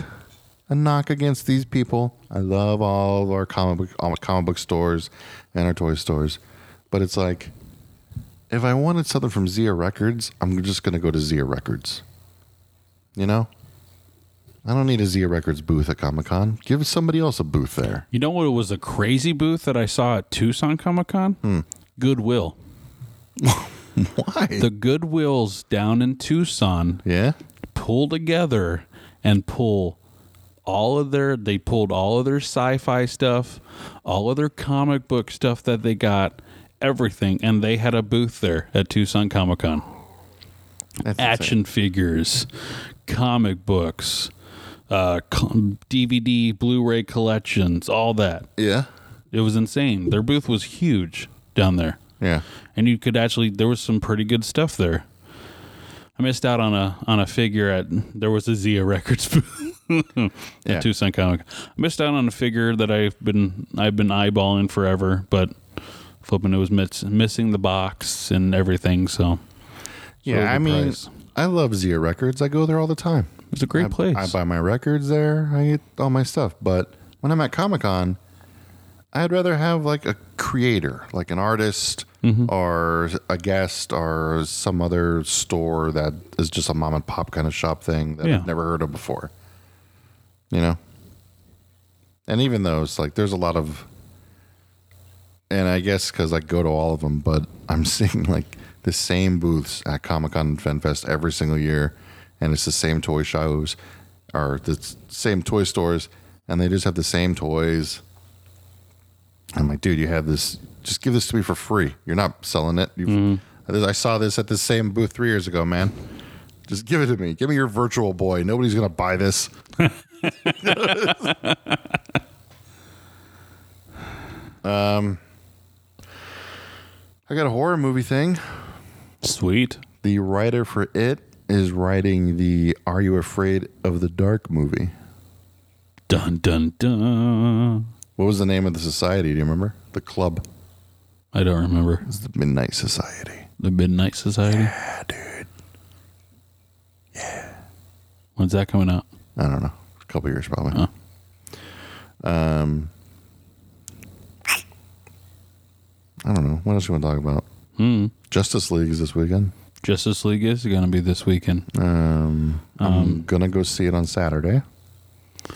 a knock against these people. I love all of our comic book, all my comic book stores and our toy stores, but it's like if I wanted something from Zia Records, I'm just going to go to Zia Records. You know? I don't need a Zia Records booth at Comic Con. Give somebody else a booth there. You know what? It was a crazy booth that I saw at Tucson Comic Con. Hmm. Goodwill. Why? The Goodwills down in Tucson yeah? pull together and pull all of their they pulled all of their sci-fi stuff, all of their comic book stuff that they got, everything, and they had a booth there at Tucson Comic Con. That's Action figures, comic books, uh, com- DVD, Blu-ray collections, all that. insane. Yeah? It was insane. Their booth was huge down there Yeah. and you could actually there was some pretty good stuff there. I missed out on a on a figure at there was a Zia Records booth at Yeah. Tucson Comic. I missed out on a figure that I've been I've been eyeballing forever, but flipping it was miss, missing the box and everything. So Yeah, I mean, overpriced. I love Zia Records. I go there all the time. it was a great I, place. I buy my records there. I get all my stuff. But when I'm at Comic Con, I'd rather have like a creator, like an artist or a guest or some other store that is just a mom and pop kind of shop thing that Yeah. I've never heard of before. You know? And even those, like, there's a lot of. And I guess because I go to all of them, but I'm seeing like the same booths at Comic Con and FenFest every single year, and it's the same toy shows or the s- same toy stores, and they just have the same toys. I'm like, dude, you have this. Just give this to me for free. You're not selling it. You've, I saw this at the same booth three years ago, man. Just give it to me. Give me your virtual boy. Nobody's gonna buy this. Um, I got a horror movie thing. Sweet. The writer for it is writing the Are You Afraid of the Dark movie. Dun dun dun. What was the name of the society? Do you remember? The club. I don't remember It's the Midnight Society. the Midnight Society. Ah, dude. When's that coming out? I don't know. A couple years probably. Oh. Um, I don't know. What else you want to talk about? Hmm. Justice League is this weekend. Justice League is going to be this weekend. Um, I'm gonna go see it on Saturday. 'Cause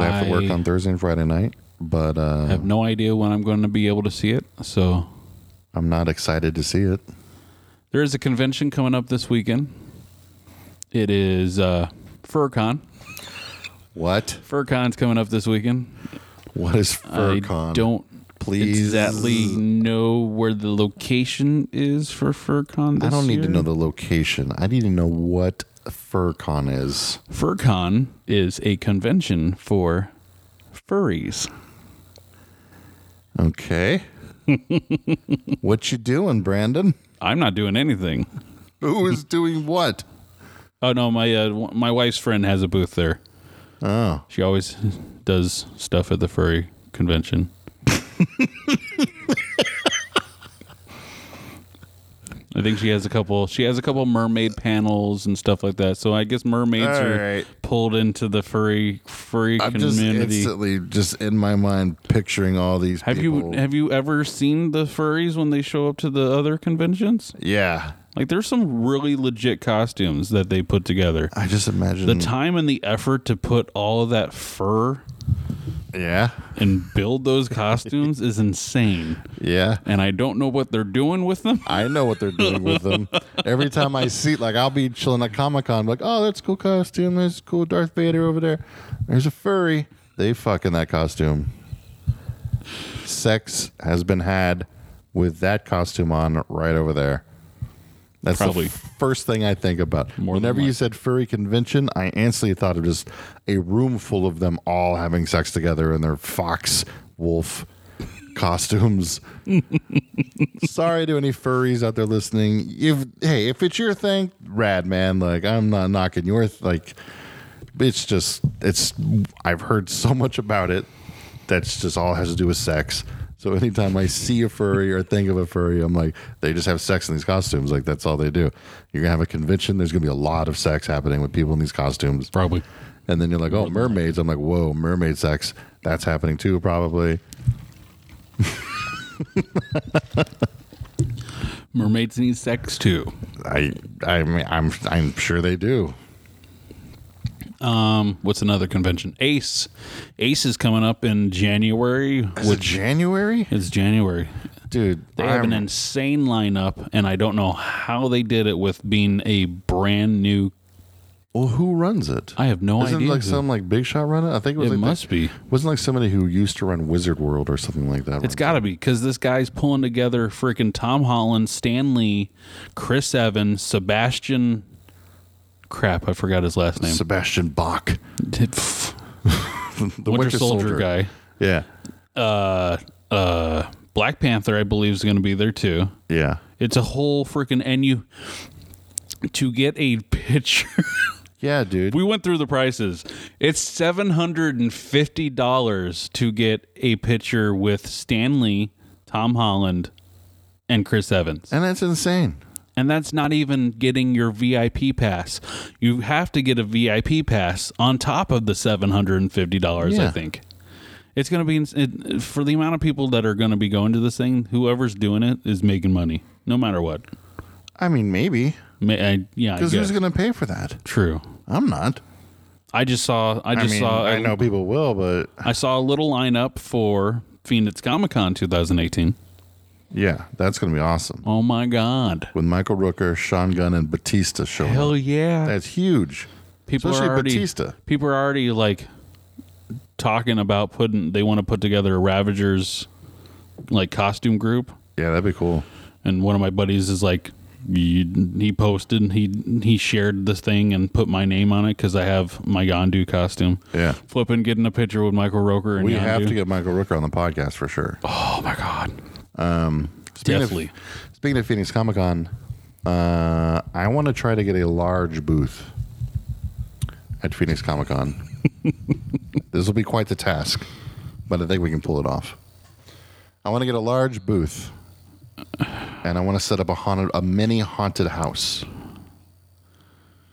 I have to work I- on Thursday and Friday night, but uh, I have no idea when I'm going to be able to see it. So I'm not excited to see it. there is a convention coming up this weekend. It is uh, FurCon. What? FurCon's coming up this weekend. What is I FurCon? don't Please. exactly know where the location is for FurCon. This I don't need to year. know the location. I need to know what FurCon is. FurCon is a convention for furries. Okay. what you doing, Brandon? I'm not doing anything. Who is doing what? Oh no, my uh, w- my wife's friend has a booth there. Oh, She always does stuff at the furry convention. I think she has a couple. She has a couple mermaid panels and stuff like that. So I guess mermaids All are right. pulled into the furry furry I'm just community. instantly just in my mind picturing all these. Have people. you have you ever seen the furries when they show up to the other conventions? yeah, Like there's some really legit costumes that they put together. I just imagine The time and the effort to put all of that fur Yeah, and build those costumes is insane. yeah. And I don't know what they're doing with them. I know what they're doing with them. Every time I see, like, I'll be chilling at Comic Con, like, oh, that's a cool costume. There's a cool Darth Vader over there. There's a furry. They fuck in that costume. Sex has been had with that costume on right over there. That's Probably. the first thing I think about. More than Whenever you likely. said furry convention, I instantly thought of just a room full of them all having sex together in their fox wolf costumes. Sorry to any furries out there listening. If hey, if it's your thing, rad man. Like I'm not knocking your th- like. It's just it's I've heard so much about it. That's just all it has to do with sex. So anytime I see a furry or think of a furry, I'm like, they just have sex in these costumes. Like that's all they do. You're gonna have a convention. There's gonna be a lot of sex happening with people in these costumes. Probably. And then you're like, oh, mermaids. I'm like, whoa, mermaid sex. That's happening too, probably. Mermaids need sex too. I, I mean, I'm, I'm sure they do. Um, what's another convention? Ace. Ace is coming up in January, Is it which January, it's January. dude? They have an I'm- insane lineup, and I don't know how they did it with being a brand new. well, who runs it? I have no Isn't idea. it like who- some like big shot runner? I think it was. It like that- must be. Wasn't like somebody who used to run Wizard World or something like that. It's runs got to be because this guy's pulling together freaking Tom Holland, Stanley, Chris Evans, Sebastian. Crap, I forgot his last name. Sebastian Bach, the Winter, the Soldier, guy. Yeah, Uh, uh, Black Panther, I believe, is going to be there too. yeah. It's a whole freaking and you to get a picture. Yeah, dude. we went through the prices. It's seven hundred and fifty dollars to get a picture with Stanley, Tom Holland, and Chris Evans. and that's insane. And that's not even getting your VIP pass. You have to get a VIP pass on top of the $750, I Yeah. think. It's going to be ins- it, for the amount of people that are going to be going to this thing, whoever's doing it is making money no matter what. I mean, maybe May, I, yeah, I because who's guess. going to pay for that? True. I'm not. I just saw I I just mean, saw I know people will, but I saw a little lineup for Phoenix Comic-Con 2018. yeah, that's going to be awesome. Oh my god. With Michael Rooker, Sean Gunn, and Batista showing up, Hell yeah. that's huge. people Especially are already Batista. people are already like talking about putting they want to put together a Ravagers like costume group, Yeah, that'd be cool. and one of my buddies is like "You- he posted and he he shared this thing and put my name on it because I have my Yondu costume. Yeah. Flipping, getting a picture with Michael Roker and We Yondu. have to get Michael Rooker on the podcast for sure. oh my god, Speaking of- definitely. Speaking of Phoenix Comic Con, uh, I want to try to get a large booth at Phoenix Comic Con. this will be quite the task, but I think we can pull it off. I want to get a large booth, and I want to set up a haunted, a mini haunted house.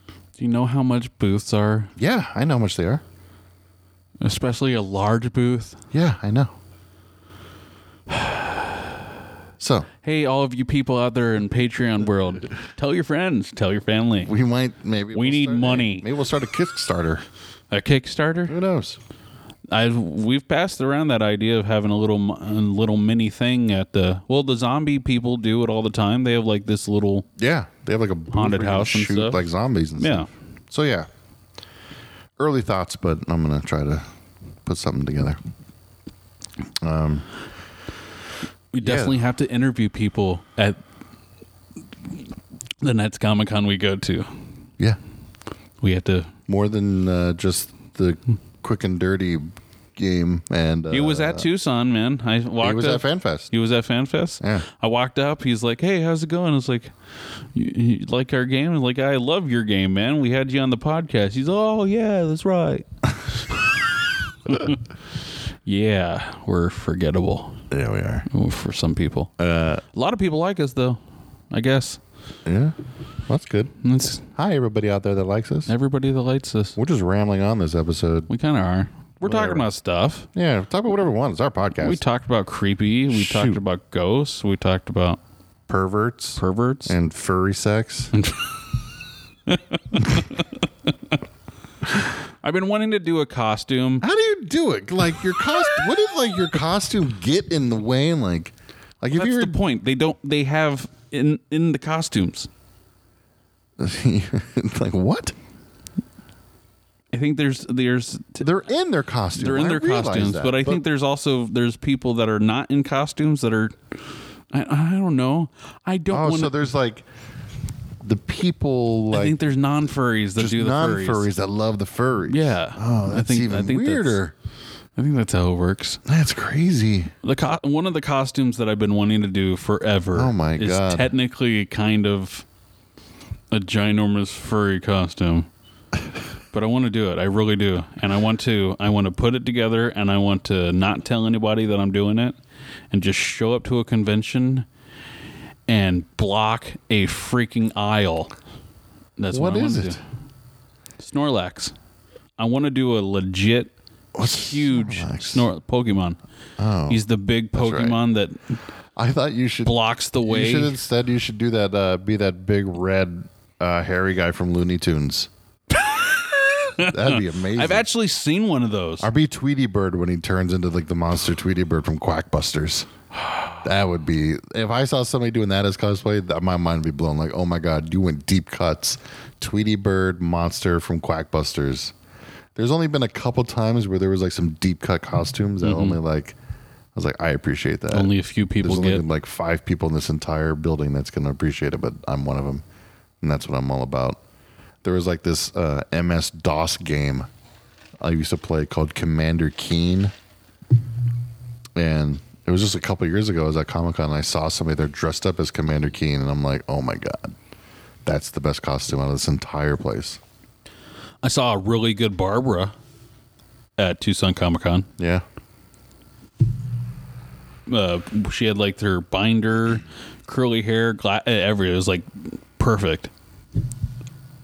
Do you know how much booths are, Yeah, I know how much they are. especially a large booth? Yeah, I know. So Hey, all of you people out there in Patreon world, tell your friends, tell your family. we might maybe We need start a- money. maybe we'll start a Kickstarter. A Kickstarter? Who knows? I we've passed around that idea of having a little m- a little mini thing at the well the zombie people do it all the time. They have like this little Yeah, they have like a booth Haunted where you can house and shoot stuff. like zombies and yeah. stuff. So yeah, early thoughts, but I'm gonna try to put something together. We definitely have to interview people at the next Comic Con we go to. Yeah, We have to. more than uh, just the quick and dirty game. And uh, He was at Tucson, man. I walked. He was up, at FanFest. He was at FanFest. Yeah. I walked up. He's like, "Hey, how's it going?" I was like, you, "You like our game?" I'm like, "I love your game, man. We had you on the podcast." He's, "Oh yeah, that's right." yeah, we're forgettable Yeah, we are. for some people. Uh, A lot of people like us, though. I guess Yeah, that's good. that's Hi, everybody out there that likes us. everybody that likes us. We're just rambling on this episode. We kind of are. We're Whatever. talking about stuff. Yeah, talk about whatever we want. It's our podcast. We talked about creepy. We talked Shoot. about ghosts. We talked about perverts perverts. and furry sex. I've been wanting to do a costume. How do you do it? Like your cost? what did like your costume get in the way? And like, like if That's you were the point. They don't. They have in in the costumes. It's like what? I think there's there's t- They're in their costume. they're in I their realize costumes, that, but I think there's also there's people that are not in costumes that are. I, I don't know. I don't oh, want. so to there's like the people I like think there's non furries that just do the non furries. furries that love the furries. Yeah. Oh, I that's think- even I think that's- weirder. I think that's how it works. That's, crazy. The co- one of the costumes that I've been wanting to do forever. Oh my is God. Technically, kind of a ginormous furry costume, but I want to do it. I really do, and I want to. I want to put it together, and I want to not tell anybody that I'm doing it, and just show up to a convention and block a freaking aisle. That's what, What I is wanna it? do. Snorlax. I want to do a legit What's huge Snorlax? snor Pokemon. Oh, He's the big right. Pokemon that I thought you should blocks the You way. should instead you should do that. Uh, be that big red uh, hairy guy from Looney Tunes. That'd be amazing. I've actually seen one of those. or be Tweety Bird when he turns into like the monster Tweety Bird from Quackbusters. That would be if I saw somebody doing that as cosplay, that, my mind would be blown. Like, oh my god, you went deep cuts. Tweety Bird monster from Quackbusters. There's only been a couple times where there was like some deep cut costumes that only like I was like, I appreciate that. Mm-hmm. Only a few people There's only get. been, like five people in this entire building that's going to appreciate it, but I'm one of them, and that's what I'm all about. There was like this uh, MS DOS game I used to play called Commander Keen, and it was just a couple years ago. I was at Comic Con and I saw somebody there dressed up as Commander Keen, and I'm like, oh my god, that's the best costume out of this entire place. I saw a really good Barbara at Tucson Comic Con. Yeah, Uh, she had like her binder, curly hair, gla- eh, everything. It was like perfect.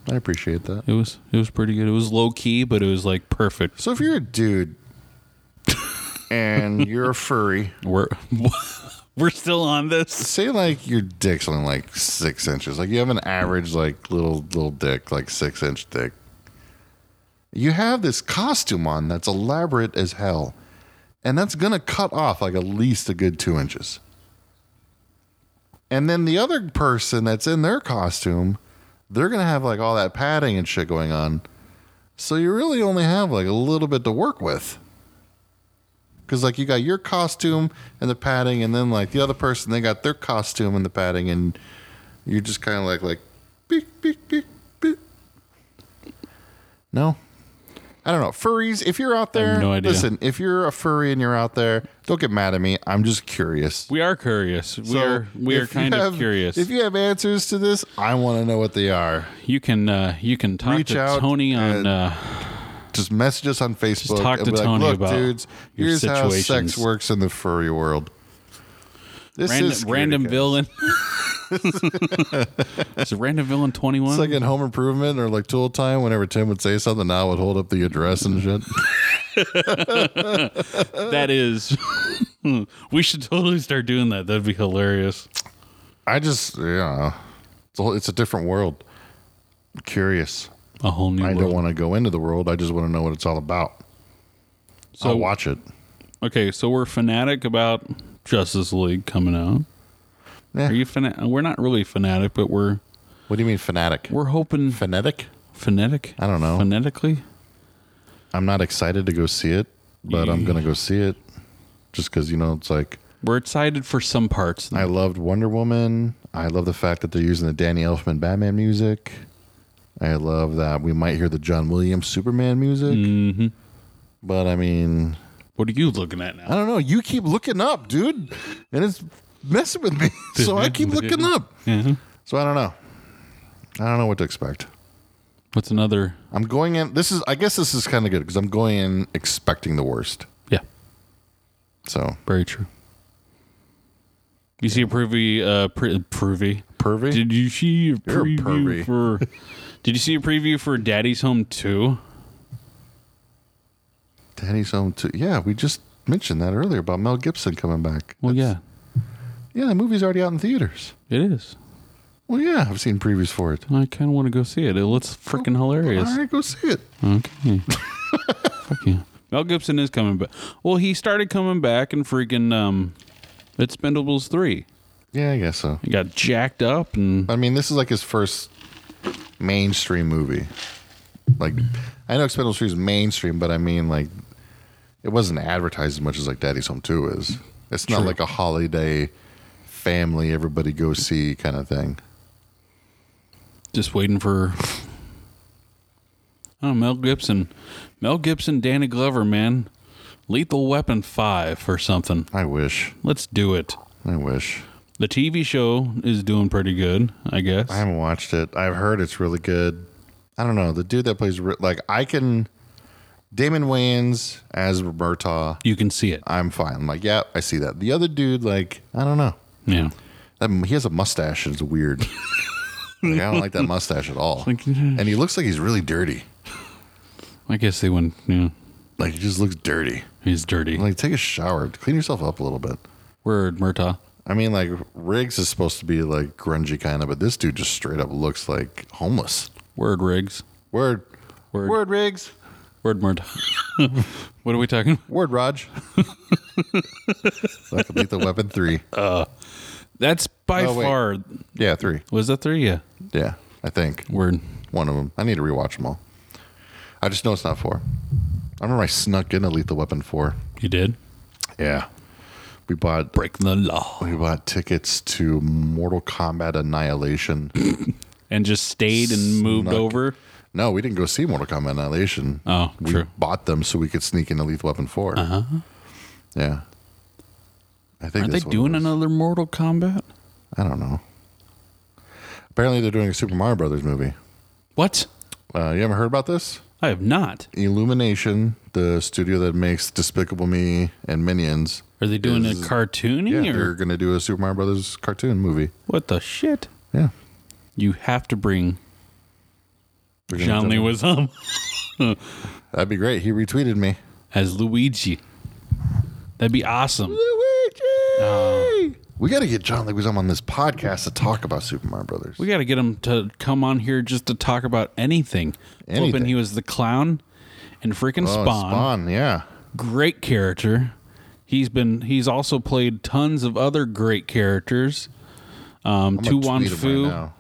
I appreciate that. It was it was pretty good. It was low key, but it was like perfect. So if you're a dude and you're a furry. We're we're still on this. say like your dick's only like six inches. Like you have an average like little little dick, like six inch dick. You have this costume on that's elaborate as hell, and that's gonna cut off like at least a good two inches. And then the other person that's in their costume, they're gonna have like all that padding and shit going on. So you really only have like a little bit to work with. Because like you got your costume and the padding, and then like the other person, they got their costume and the padding, and you're just kind of like like, beep beep beep beep. No, I don't know. Furries, if you're out there, no idea. listen. If you're a furry and you're out there, don't get mad at me. I'm just curious. We are curious. we So, are we are if you kind of have- curious. If you have answers to this, I want to know what they are. you can uh, you can talk Reach to out Tony on and- uh, Just message us on Facebook. talk and to be Tony like, Look, about dudes, your here's how situations." sex works in the furry world. This is random, scary, random guys. villain. It's a random villain twenty one. It's like in Home Improvement or like Tool Time. Whenever Tim would say something, I would hold up the address and shit. that is. we should totally start doing that. That'd be hilarious. I just, yeah, it's a, whole- it's a different world. I'm curious. A whole new I world. don't want to go into the world. I just want to know what it's all about. So so I'll watch it. okay, so we're fanatic about Justice League coming out. Yeah. Are you fanatic? We're not really fanatic, but we're What do you mean fanatic? we're hoping Phonetic? phonetic. I don't know. Phonetically, I'm not excited to go see it, but I'm gonna go see it just because you know it's like we're excited for some parts. I loved Wonder Woman. I love the fact that they're using the Danny Elfman Batman music. I love that we might hear the John Williams Superman music. Mm-hmm. Mhm. But I mean, What are you looking at now? I don't know. You keep looking up, dude, and it's messing with me. so I keep looking up. Yeah. So I don't know. I don't know what to expect. What's another? I'm going in. This is. I guess this is kind of good because I'm going in expecting the worst. Yeah. So Very true. You see a privy, uh, pri- privy. pervy. Did you see a You're a preview pervy. for? Did you see a preview for Daddy's Home Two? Daddy's Home too. Yeah, we just mentioned that earlier about Mel Gibson coming back. Well, That's- Yeah, the movie's already out in theaters. yeah, it is. Well, yeah, I've seen previews for it. I kind of want to go see it. It looks freaking Oh, hilarious. All right, go see it. Okay. Fuck yeah. Mel Gibson is coming back. Well, he started coming back in freaking um, it's Spendables Three. Yeah, I guess so. He got jacked up and I mean, this is like his first mainstream movie. Like, I know Expendables 3 is mainstream, but I mean, like, it wasn't advertised as much as like Daddy's Home 2 is. It's not True. like a holiday family, everybody go see kind of thing. just waiting for. Oh, Mel Gibson, Mel Gibson, Danny Glover, man, Lethal Weapon Five or something. I wish. Let's do it. I wish. The TV show is doing pretty good, I guess. I haven't watched it. I've heard it's really good. I don't know. The dude that plays Ri- like I can Damon Wayans as Murtaugh. you can see it. I'm fine. I'm like, yeah, I see that. The other dude, like, I don't know. Yeah. That, he has a mustache. and It's weird. like, I don't like that mustache at all. like- and he looks like he's really dirty. I guess they wouldn't. You know, Like he just looks dirty. he's dirty. Like take a shower, clean yourself up a little bit. Word, Murtaugh. I mean, like Riggs is supposed to be like grungy kind of, but this dude just straight up looks like homeless. Word rigs. Word, Word. word, Riggs, Word murd. what are we talking about? word, Raj. that could be the weapon three. That's by Oh, wait. far. Yeah, three. Was that three? Yeah. Yeah, I think Word. one of them. I need to rewatch them all. I just know it's not four. I remember I snuck in a Lethal Weapon four. You did? Yeah, we bought Break the law. we bought tickets to Mortal Kombat Annihilation. And just stayed and moved Snuck. over. No, we didn't go see Mortal Kombat Annihilation. Oh, we true. Uh-huh. bought them so we could sneak into Lethal Weapon 4 Yeah, I think Aren't they that's what it doing was. another Mortal Kombat? I don't know. Apparently, they're doing a Super Mario Brothers movie. What? Uh, you haven't heard about this? I have not. Illumination, the studio that makes Despicable Me and Minions, Are they doing Is- a cartoony yeah, they're or going to do a Super Mario Brothers cartoon movie. what the shit? Yeah, You have to bring They're gonna John do- Lee Wazam That'd be great. He retweeted me. as Luigi. That'd be awesome. Uh, We got to get John Leguizamo on this podcast to talk about Super Mario Brothers. We got to get him to come on here just to talk about anything. Anything. Flippin', he was the clown and freaking Oh, and Spawn. Um, Spawn, yeah. Great character. He's been. He's also played tons of other great characters. Um, I'm gonna Tuan tweet him Fu, right now.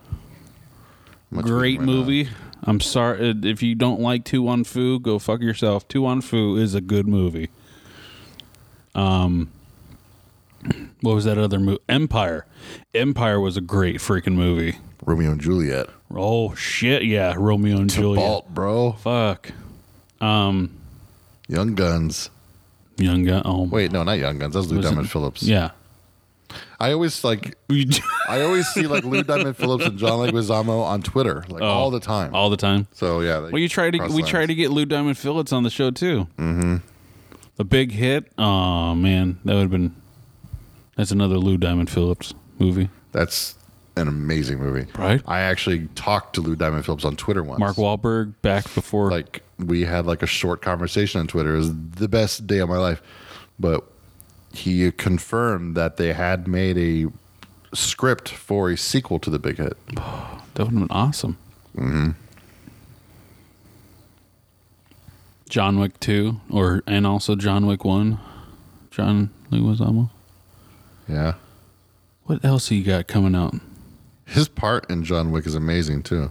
I'm gonna tweet great him right movie. I'm sorry uh, if you don't like Tuan Fu, go fuck yourself. Tuan Fu is a good movie. Um, what was that other movie? Empire. Empire was a great freaking movie. now. Romeo and Juliet. Oh shit, yeah, Romeo and Juliet. Balt, bro. Fuck. Um, Young Guns. Young Gun. Oh, Wait, no, not Young Guns. That was Lou Was it- Diamond Phillips. yeah. I always like. I always see like Lou Diamond Phillips and John Leguizamo on Twitter like all the time. Oh. All the time. so yeah. Well, you try to. We try to get Lou Diamond Phillips on the show too. Mm-hmm. The big hit. Oh man, that would have been. That's another Lou Diamond Phillips movie. That's an amazing movie. Right. I actually talked to Lou Diamond Phillips on Twitter once. Mark Wahlberg back before. like we had like a short conversation on Twitter. It was the best day of my life. But he confirmed that they had made a script for a sequel to the big hit. that would have been awesome. Mm-hmm. John Wick two, or and also John Wick one. John Leguizamo. Yeah. What else he got coming out? His part in John Wick is amazing too.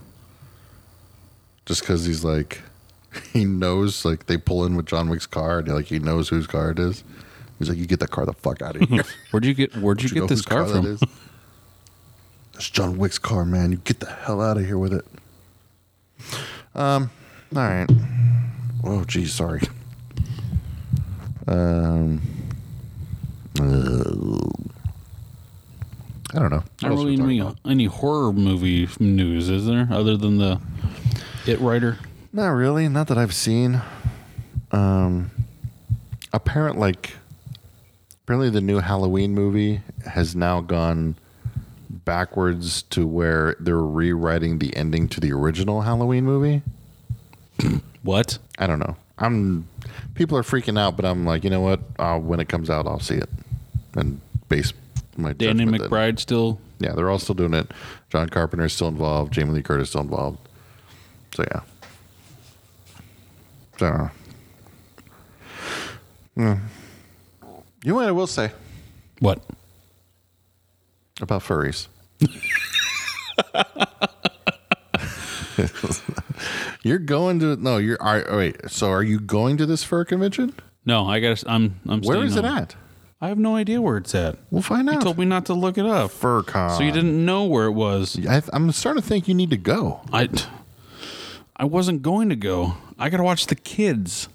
Just because he's like, he knows, like, they pull in with John Wick's car and like he knows whose car it is. He's like, you get that car the fuck out of here. Where'd you get Where'd you, You get know this whose car that from? is? That's John Wick's car, man. You get the hell out of here with it. Um, all right. Oh, geez, sorry. Um, uh, I don't know. Not What else really we any, talking about? any horror movie news, is there? Other than the It Writer. Not really. Not that I've seen. Um, apparent like apparently the new Halloween movie has now gone backwards to where they're rewriting the ending to the original Halloween movie. What? I don't know. I'm people are freaking out, but I'm like, you know what? Uh, when it comes out, I'll see it and base my Danny judgment that- McBride still. yeah, they're all still doing it. John Carpenter is still involved. Jamie Lee Curtis is still involved. So yeah. So. Yeah. You know what I will say What? about furries? you're going to no. You're all right, all right. So are you going to this fur convention? No, I got. to I'm. I'm. Where staying is it home. at? I have no idea where it's at. We'll find You out. told me not to look it up, FurCon. so you didn't Um, know where it was. I, I'm starting to think you need to go. I. I wasn't going to go. I got to watch the kids.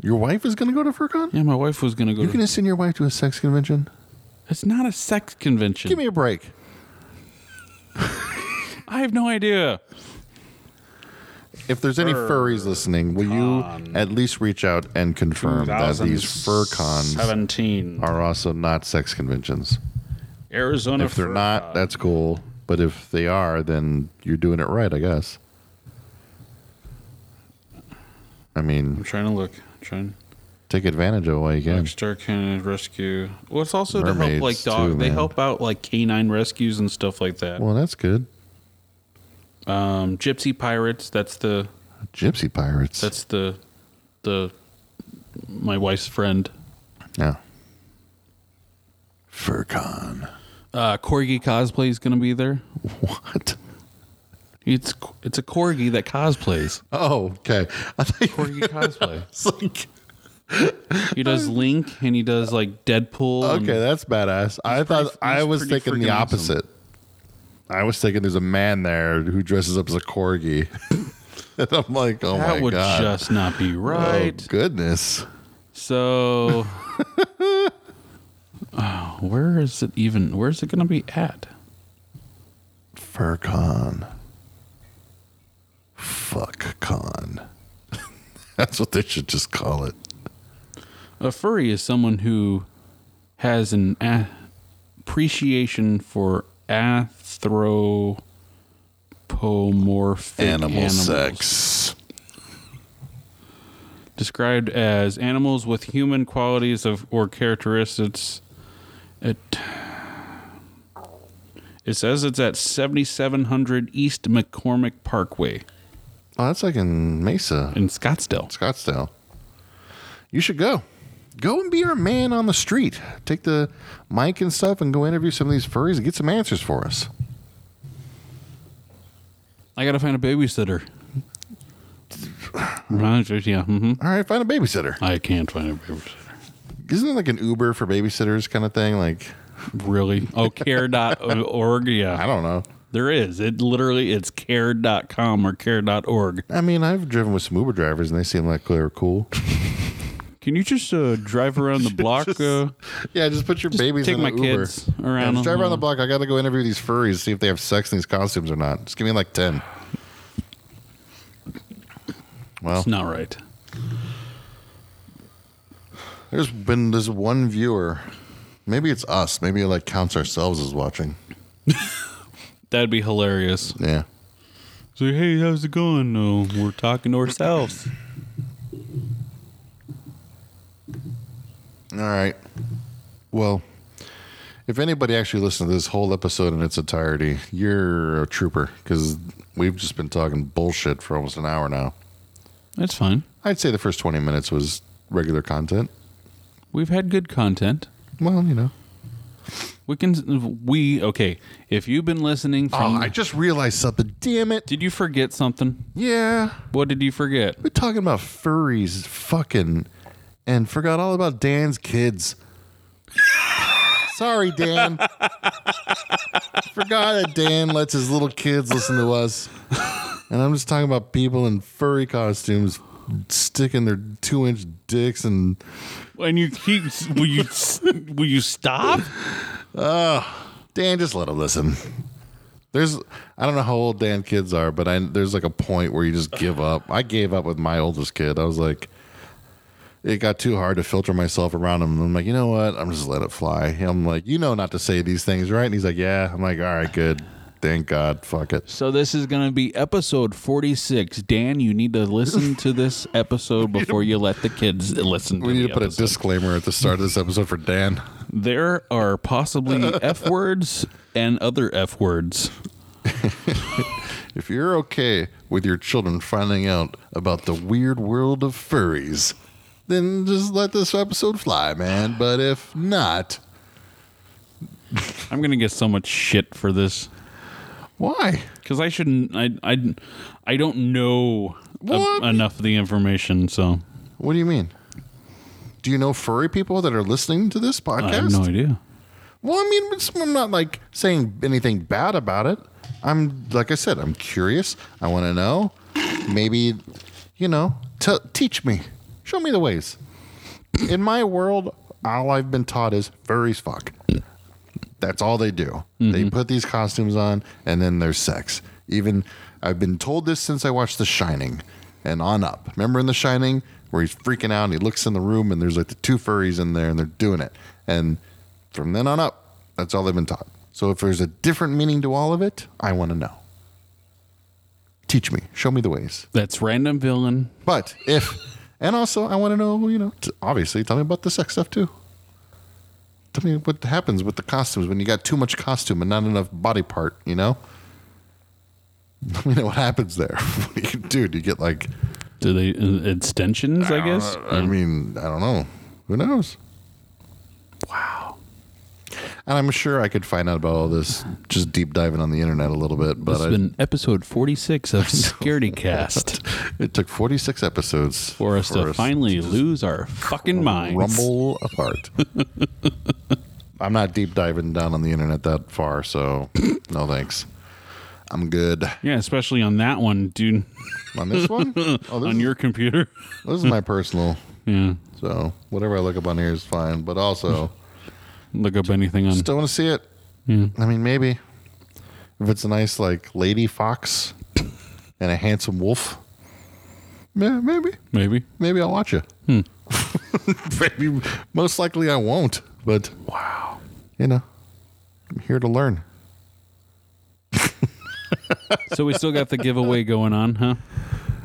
Your wife is going to go to FurCon. Yeah, my wife was going to go. You're to- going to send your wife to a sex convention? it's not a sex convention. Give me a break. I have no idea. If there's any furries listening, will you at least reach out and confirm that these fur cons Seventeen. are also not sex conventions? Arizona. If they're Fur not, Con. that's cool. But if they are, then you're doing it right, I guess. I I'm mean, trying to look. I'm trying. Take advantage of it while you can. Star Canine Rescue. Well, it's also to help Mermaids, like dog. too, they man. help out like canine rescues and stuff like that. Well, that's good. Um, Gypsy Pirates. That's the Gypsy pirates. that's the the my wife's friend. yeah. Furcon. Uh, corgi cosplay is gonna be there. What? It's it's a corgi that cosplays. Oh, okay. I think Corgi cosplay. it's like He does Link and he does like Deadpool. okay, and- that's badass. I thought pretty- I Um, he's was pretty thinking the freaking awesome. opposite. I was thinking there's a man there who dresses up as a corgi, and I'm like, oh that my would god, just not be right. oh goodness. So, oh, where is it even? Where is it going to be at? Furcon. Fuck con. That's what they should just call it. A furry is someone who has an a- appreciation for anthropomorphic Animal animals. sex. described as animals with human qualities of or characteristics. It it says it's at 7700 East McCormick Parkway Oh, that's like in Mesa, in Scottsdale. Scottsdale. You should go. Go and be our man on the street. Take the mic and stuff and go interview some of these furries and get some answers for us. I gotta find a babysitter. yeah, hmm All right, find a babysitter. I can't find a babysitter. Isn't it like an Uber for babysitters kind of thing? Like, Really? Oh, care.org? I Yeah. don't know. There is. It literally, it's care.com or care.org. I mean, I've driven with some Uber drivers and they seem like they're cool. Can you just uh, drive around the block? uh, Yeah, just put your Just babies take in my the Uber. kids around Yeah, them, just drive around the yeah. block. I got to go interview these furries, see if they have sex in these costumes or not. Just give me like ten. Well, It's not right. there's been this one viewer. Maybe it's us. Maybe it like counts ourselves as watching. That'd be hilarious. Yeah. So hey, how's it going? No, we're talking to ourselves. All right. Well, if anybody actually listened to this whole episode in its entirety, you're a trooper because we've just been talking bullshit for almost an hour now. That's fine. I'd say the first 20 minutes was regular content. We've had good content. Well, you know. We can we okay. If you've been listening Oh, from I just realized something. Damn it. Did you forget something? Yeah. What did you forget? We're talking about furries, fucking, and forgot all about Dan's kids. Sorry, Dan. forgot that Dan lets his little kids listen to us. And I'm just talking about people in furry costumes sticking their two inch dicks and And you keep will you will you stop? Dan, just let him listen. There's, I don't know how old Dan kids are, but I there's like a point where you just give up. I gave up with my oldest kid. I was like, it got too hard to filter myself around him. I'm like, you know what? I'm just let it fly. I'm like, you know not to say these things, right? And he's like, yeah. I'm like, all right, good. Thank God. Fuck it. So this is going to be episode 46. Dan, you need to listen to this episode before you let the kids listen to We need the to put a episode. disclaimer at the start of this episode for Dan. There are possibly F words and other F words. If you're okay with your children finding out about the weird world of furries, then just let this episode fly, man. But if not, I'm going to get so much shit for this. why? because I shouldn't. I I I don't know What? a, enough of the information, so What do you mean? Do you know furry people that are listening to this podcast? I have no idea. Well, I mean, it's, I'm not like saying anything bad about it. I'm like I said, I'm curious. I want to know. Maybe, you know, t- teach me, show me the ways. In my world, all I've been taught is furries fuck. That's all they do. They put these costumes on, and then there's sex. Even I've been told this since I watched The Shining, and on up. Remember in The Shining where he's freaking out and he looks in the room and there's like the two furries in there and they're doing it. And from then on up, that's all they've been taught. So if there's a different meaning to all of it, I want to know. Teach me, show me the ways. That's random villain. But if And also, I want to know, you know, t- obviously, tell me about the sex stuff too. Tell me what happens with the costumes when you got too much costume and not enough body part, you know? Let me know what happens there. what do you do? Do you get like, Do they uh, extensions? I guess. I mean, I don't know. Who knows? Wow. And I'm sure I could find out about all this just deep diving on the internet a little bit, but This I, has been episode 46 of Scaredy Cast it took 46 episodes for us to finally lose our fucking minds. rumble apart. I'm not deep diving down on the internet that far, so no thanks. I'm good Yeah, especially on that one, dude, on this one. Oh, this, on your computer. this is my personal. Yeah. So whatever I look up on here is fine. But Mm. also, Look up anything on. still want to see it. Mm. I mean, maybe if it's a nice like lady fox and a handsome wolf, yeah, maybe. Maybe. maybe I'll watch it. Hmm. maybe, most likely I won't, but wow, you know, I'm here to learn. So we still got the giveaway going on, huh?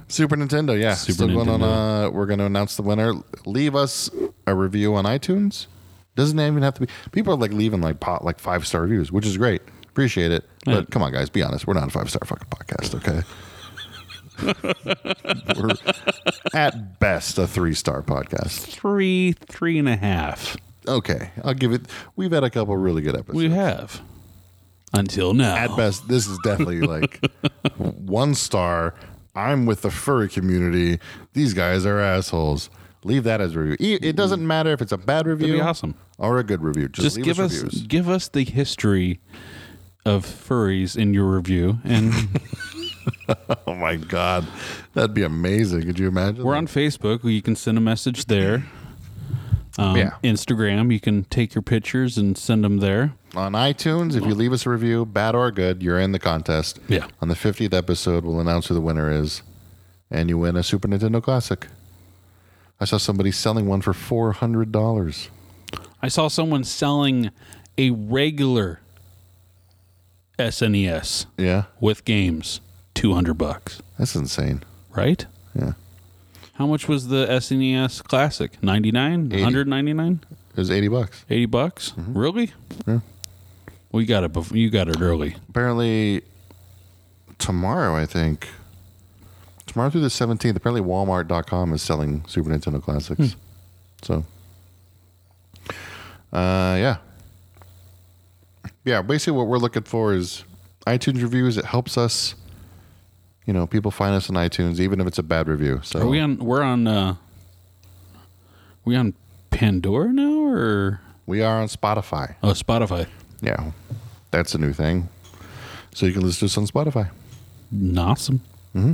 Super Nintendo, yeah, Super still going on. Nintendo. Uh, we're going to announce the winner. Leave us a review on iTunes. Doesn't even have to be. People are like leaving like pot like five star reviews, which is great. Appreciate it, but Yeah. come on, guys, be honest. We're not a five star fucking podcast, okay? we're at best a three star podcast. Three, three and a half. Okay, I'll give it. We've had a couple really good episodes. We have. Until now. at best, this is definitely like one star. I'm with the furry community. These guys are assholes. Leave that as a review. E- It doesn't matter if it's a bad review That'd be awesome. or a good review. Just, Just leave give us, us, reviews. give us the history of furries in your review, and Oh my god, that'd be amazing. Could you imagine? we're on Facebook. You can send a message there. Um, Yeah. Instagram. You can take your pictures and send them there. on iTunes. If you leave us a review, bad or good, you're in the contest. Yeah. On the 50th episode, we'll announce who the winner is, and you win a Super Nintendo Classic. I saw somebody selling one for four hundred dollars. I saw someone selling a regular SNES Yeah, with games, two hundred bucks. that's insane. Right? Yeah. How much was the SNES Classic? 99? 199? It was 80 bucks. 80 bucks? Really? Mm-hmm. Yeah. We got it before you got it early. Apparently, tomorrow, I think, tomorrow through the 17th, apparently Walmart.com is selling Super Nintendo Classics. So, uh, yeah. Yeah, basically, what we're looking for is iTunes reviews. It helps us, you know, people find us on iTunes, even if it's a bad review. So, Are we on we're on uh we on Pandora now or we are on Spotify. oh Spotify. Yeah, that's a new thing. So, you can listen to us on Spotify. Awesome. Mm-hmm.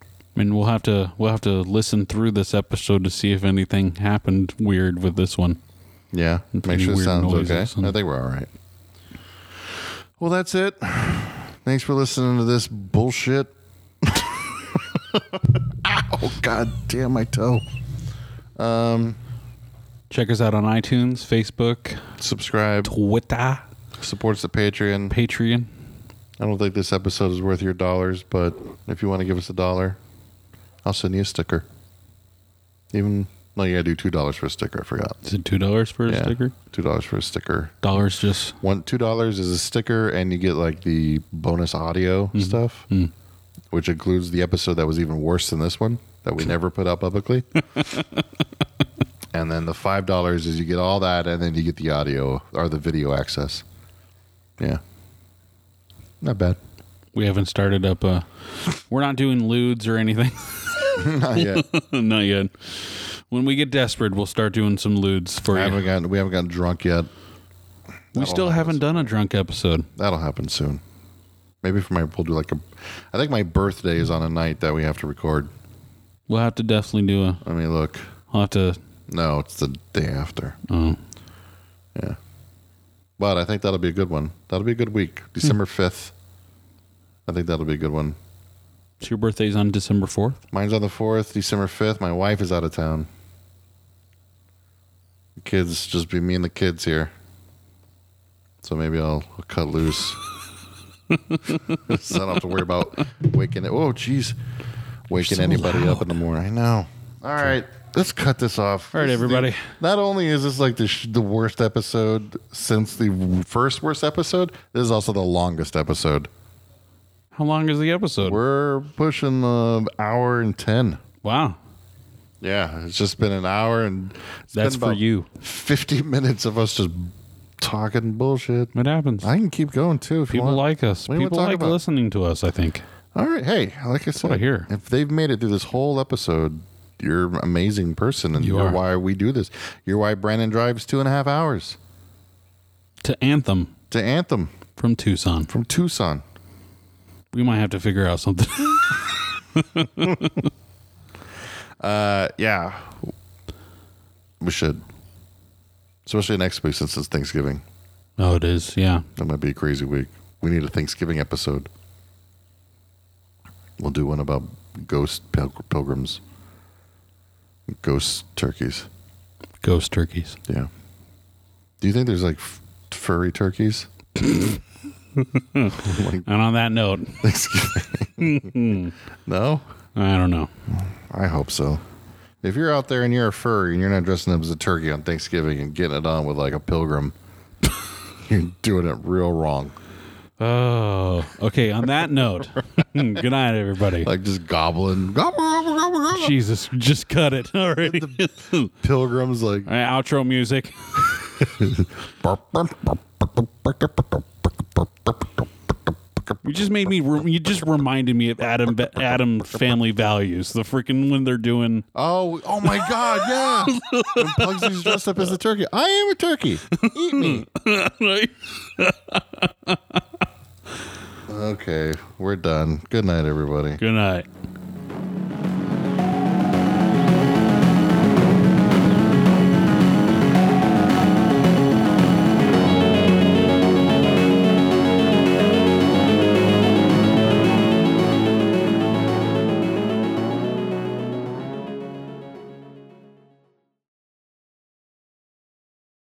I mean we'll have to we'll have to listen through this episode to see if anything happened weird with this one. Yeah, And make any sure it weird sounds noises okay. and- I think we're all right. Well, that's it. Thanks for listening to this bullshit. Ow, god damn my toe. Check us out on iTunes, Facebook, Subscribe, Twitter, supports the Patreon. Patreon. I don't think this episode is worth your dollars, but if you want to give us a dollar, I'll send you a sticker. Even no, yeah, I do two dollars for a sticker. I forgot. Is it two dollars for a Yeah, sticker? Two dollars for a sticker. Dollars just one two dollars is a sticker and you get like the bonus audio Mm-hmm. stuff hmm. which includes the episode that was even worse than this one that we never put out publicly and then the five dollars is you get all that and then you get the audio or the video access yeah not bad we haven't started up uh we're not doing lewds or anything. not yet Not yet. When we get desperate, we'll start doing some lewds for we haven't you. gotten we haven't gotten drunk yet We still haven't done a drunk episode. that'll happen soon maybe for my we'll do like a i think my birthday is on a night that we have to record We'll have to definitely do a. i mean look I'll have to. no it's the day after Oh, Yeah. But I think that'll be a good one. That'll be a good Hmm. week. December 5th. I think that'll be a good one. so your birthday's on December fourth. Mine's on the 4th, December 5th. My wife is out of town. The kids, just be me and the kids here. So maybe I'll, I'll cut loose. so I don't have to worry about waking it. Oh, jeez. Waking so anybody up loud. in the morning. I know. All right, let's cut this off. All right, This is the- everybody. not only is this like the, sh- the worst episode since the first worst episode, this is also the longest episode. How long is the episode? We're pushing the hour and 10. wow. Yeah, it's just been an hour and it's That's been for about you. 50 minutes of us just talking bullshit. It happens. I can keep going too if you want. People like us. What do you wanna People talk like about? listening to us, I think. All right, hey, like I said, what I hear. if they've made it through this whole episode, you're an amazing person, and You you are are. why we do this. You're why Brandon drives two and a half hours To Anthem to Anthem from Tucson. from Tucson. We might have to figure out something. Uh, yeah, we should, especially next week since it's Thanksgiving. oh, it is. Yeah. That might be a crazy week. We need a Thanksgiving episode. We'll do one about ghost pil- pilgrims, ghost turkeys. Ghost turkeys. Yeah. Do you think there's like f- furry turkeys? like And on that note, Thanksgiving? no, I don't know. I hope so. If you're out there and you're a furry and you're not dressing up as a turkey on Thanksgiving and getting it on with like a pilgrim, you're doing it real wrong. Oh, okay. On that note, good night, everybody. Like just gobbling, gobble, gobble, gobble, gobble. Jesus, just cut it already. All Pilgrims like right, outro music. You just made me. Re- you just reminded me of Adam. Adam family values. The freaking when they're doing. Oh, oh my God! Yeah, and Pugsy's dressed up as a turkey. I am a turkey. Eat me. Okay, we're done. Good night, everybody. Good night.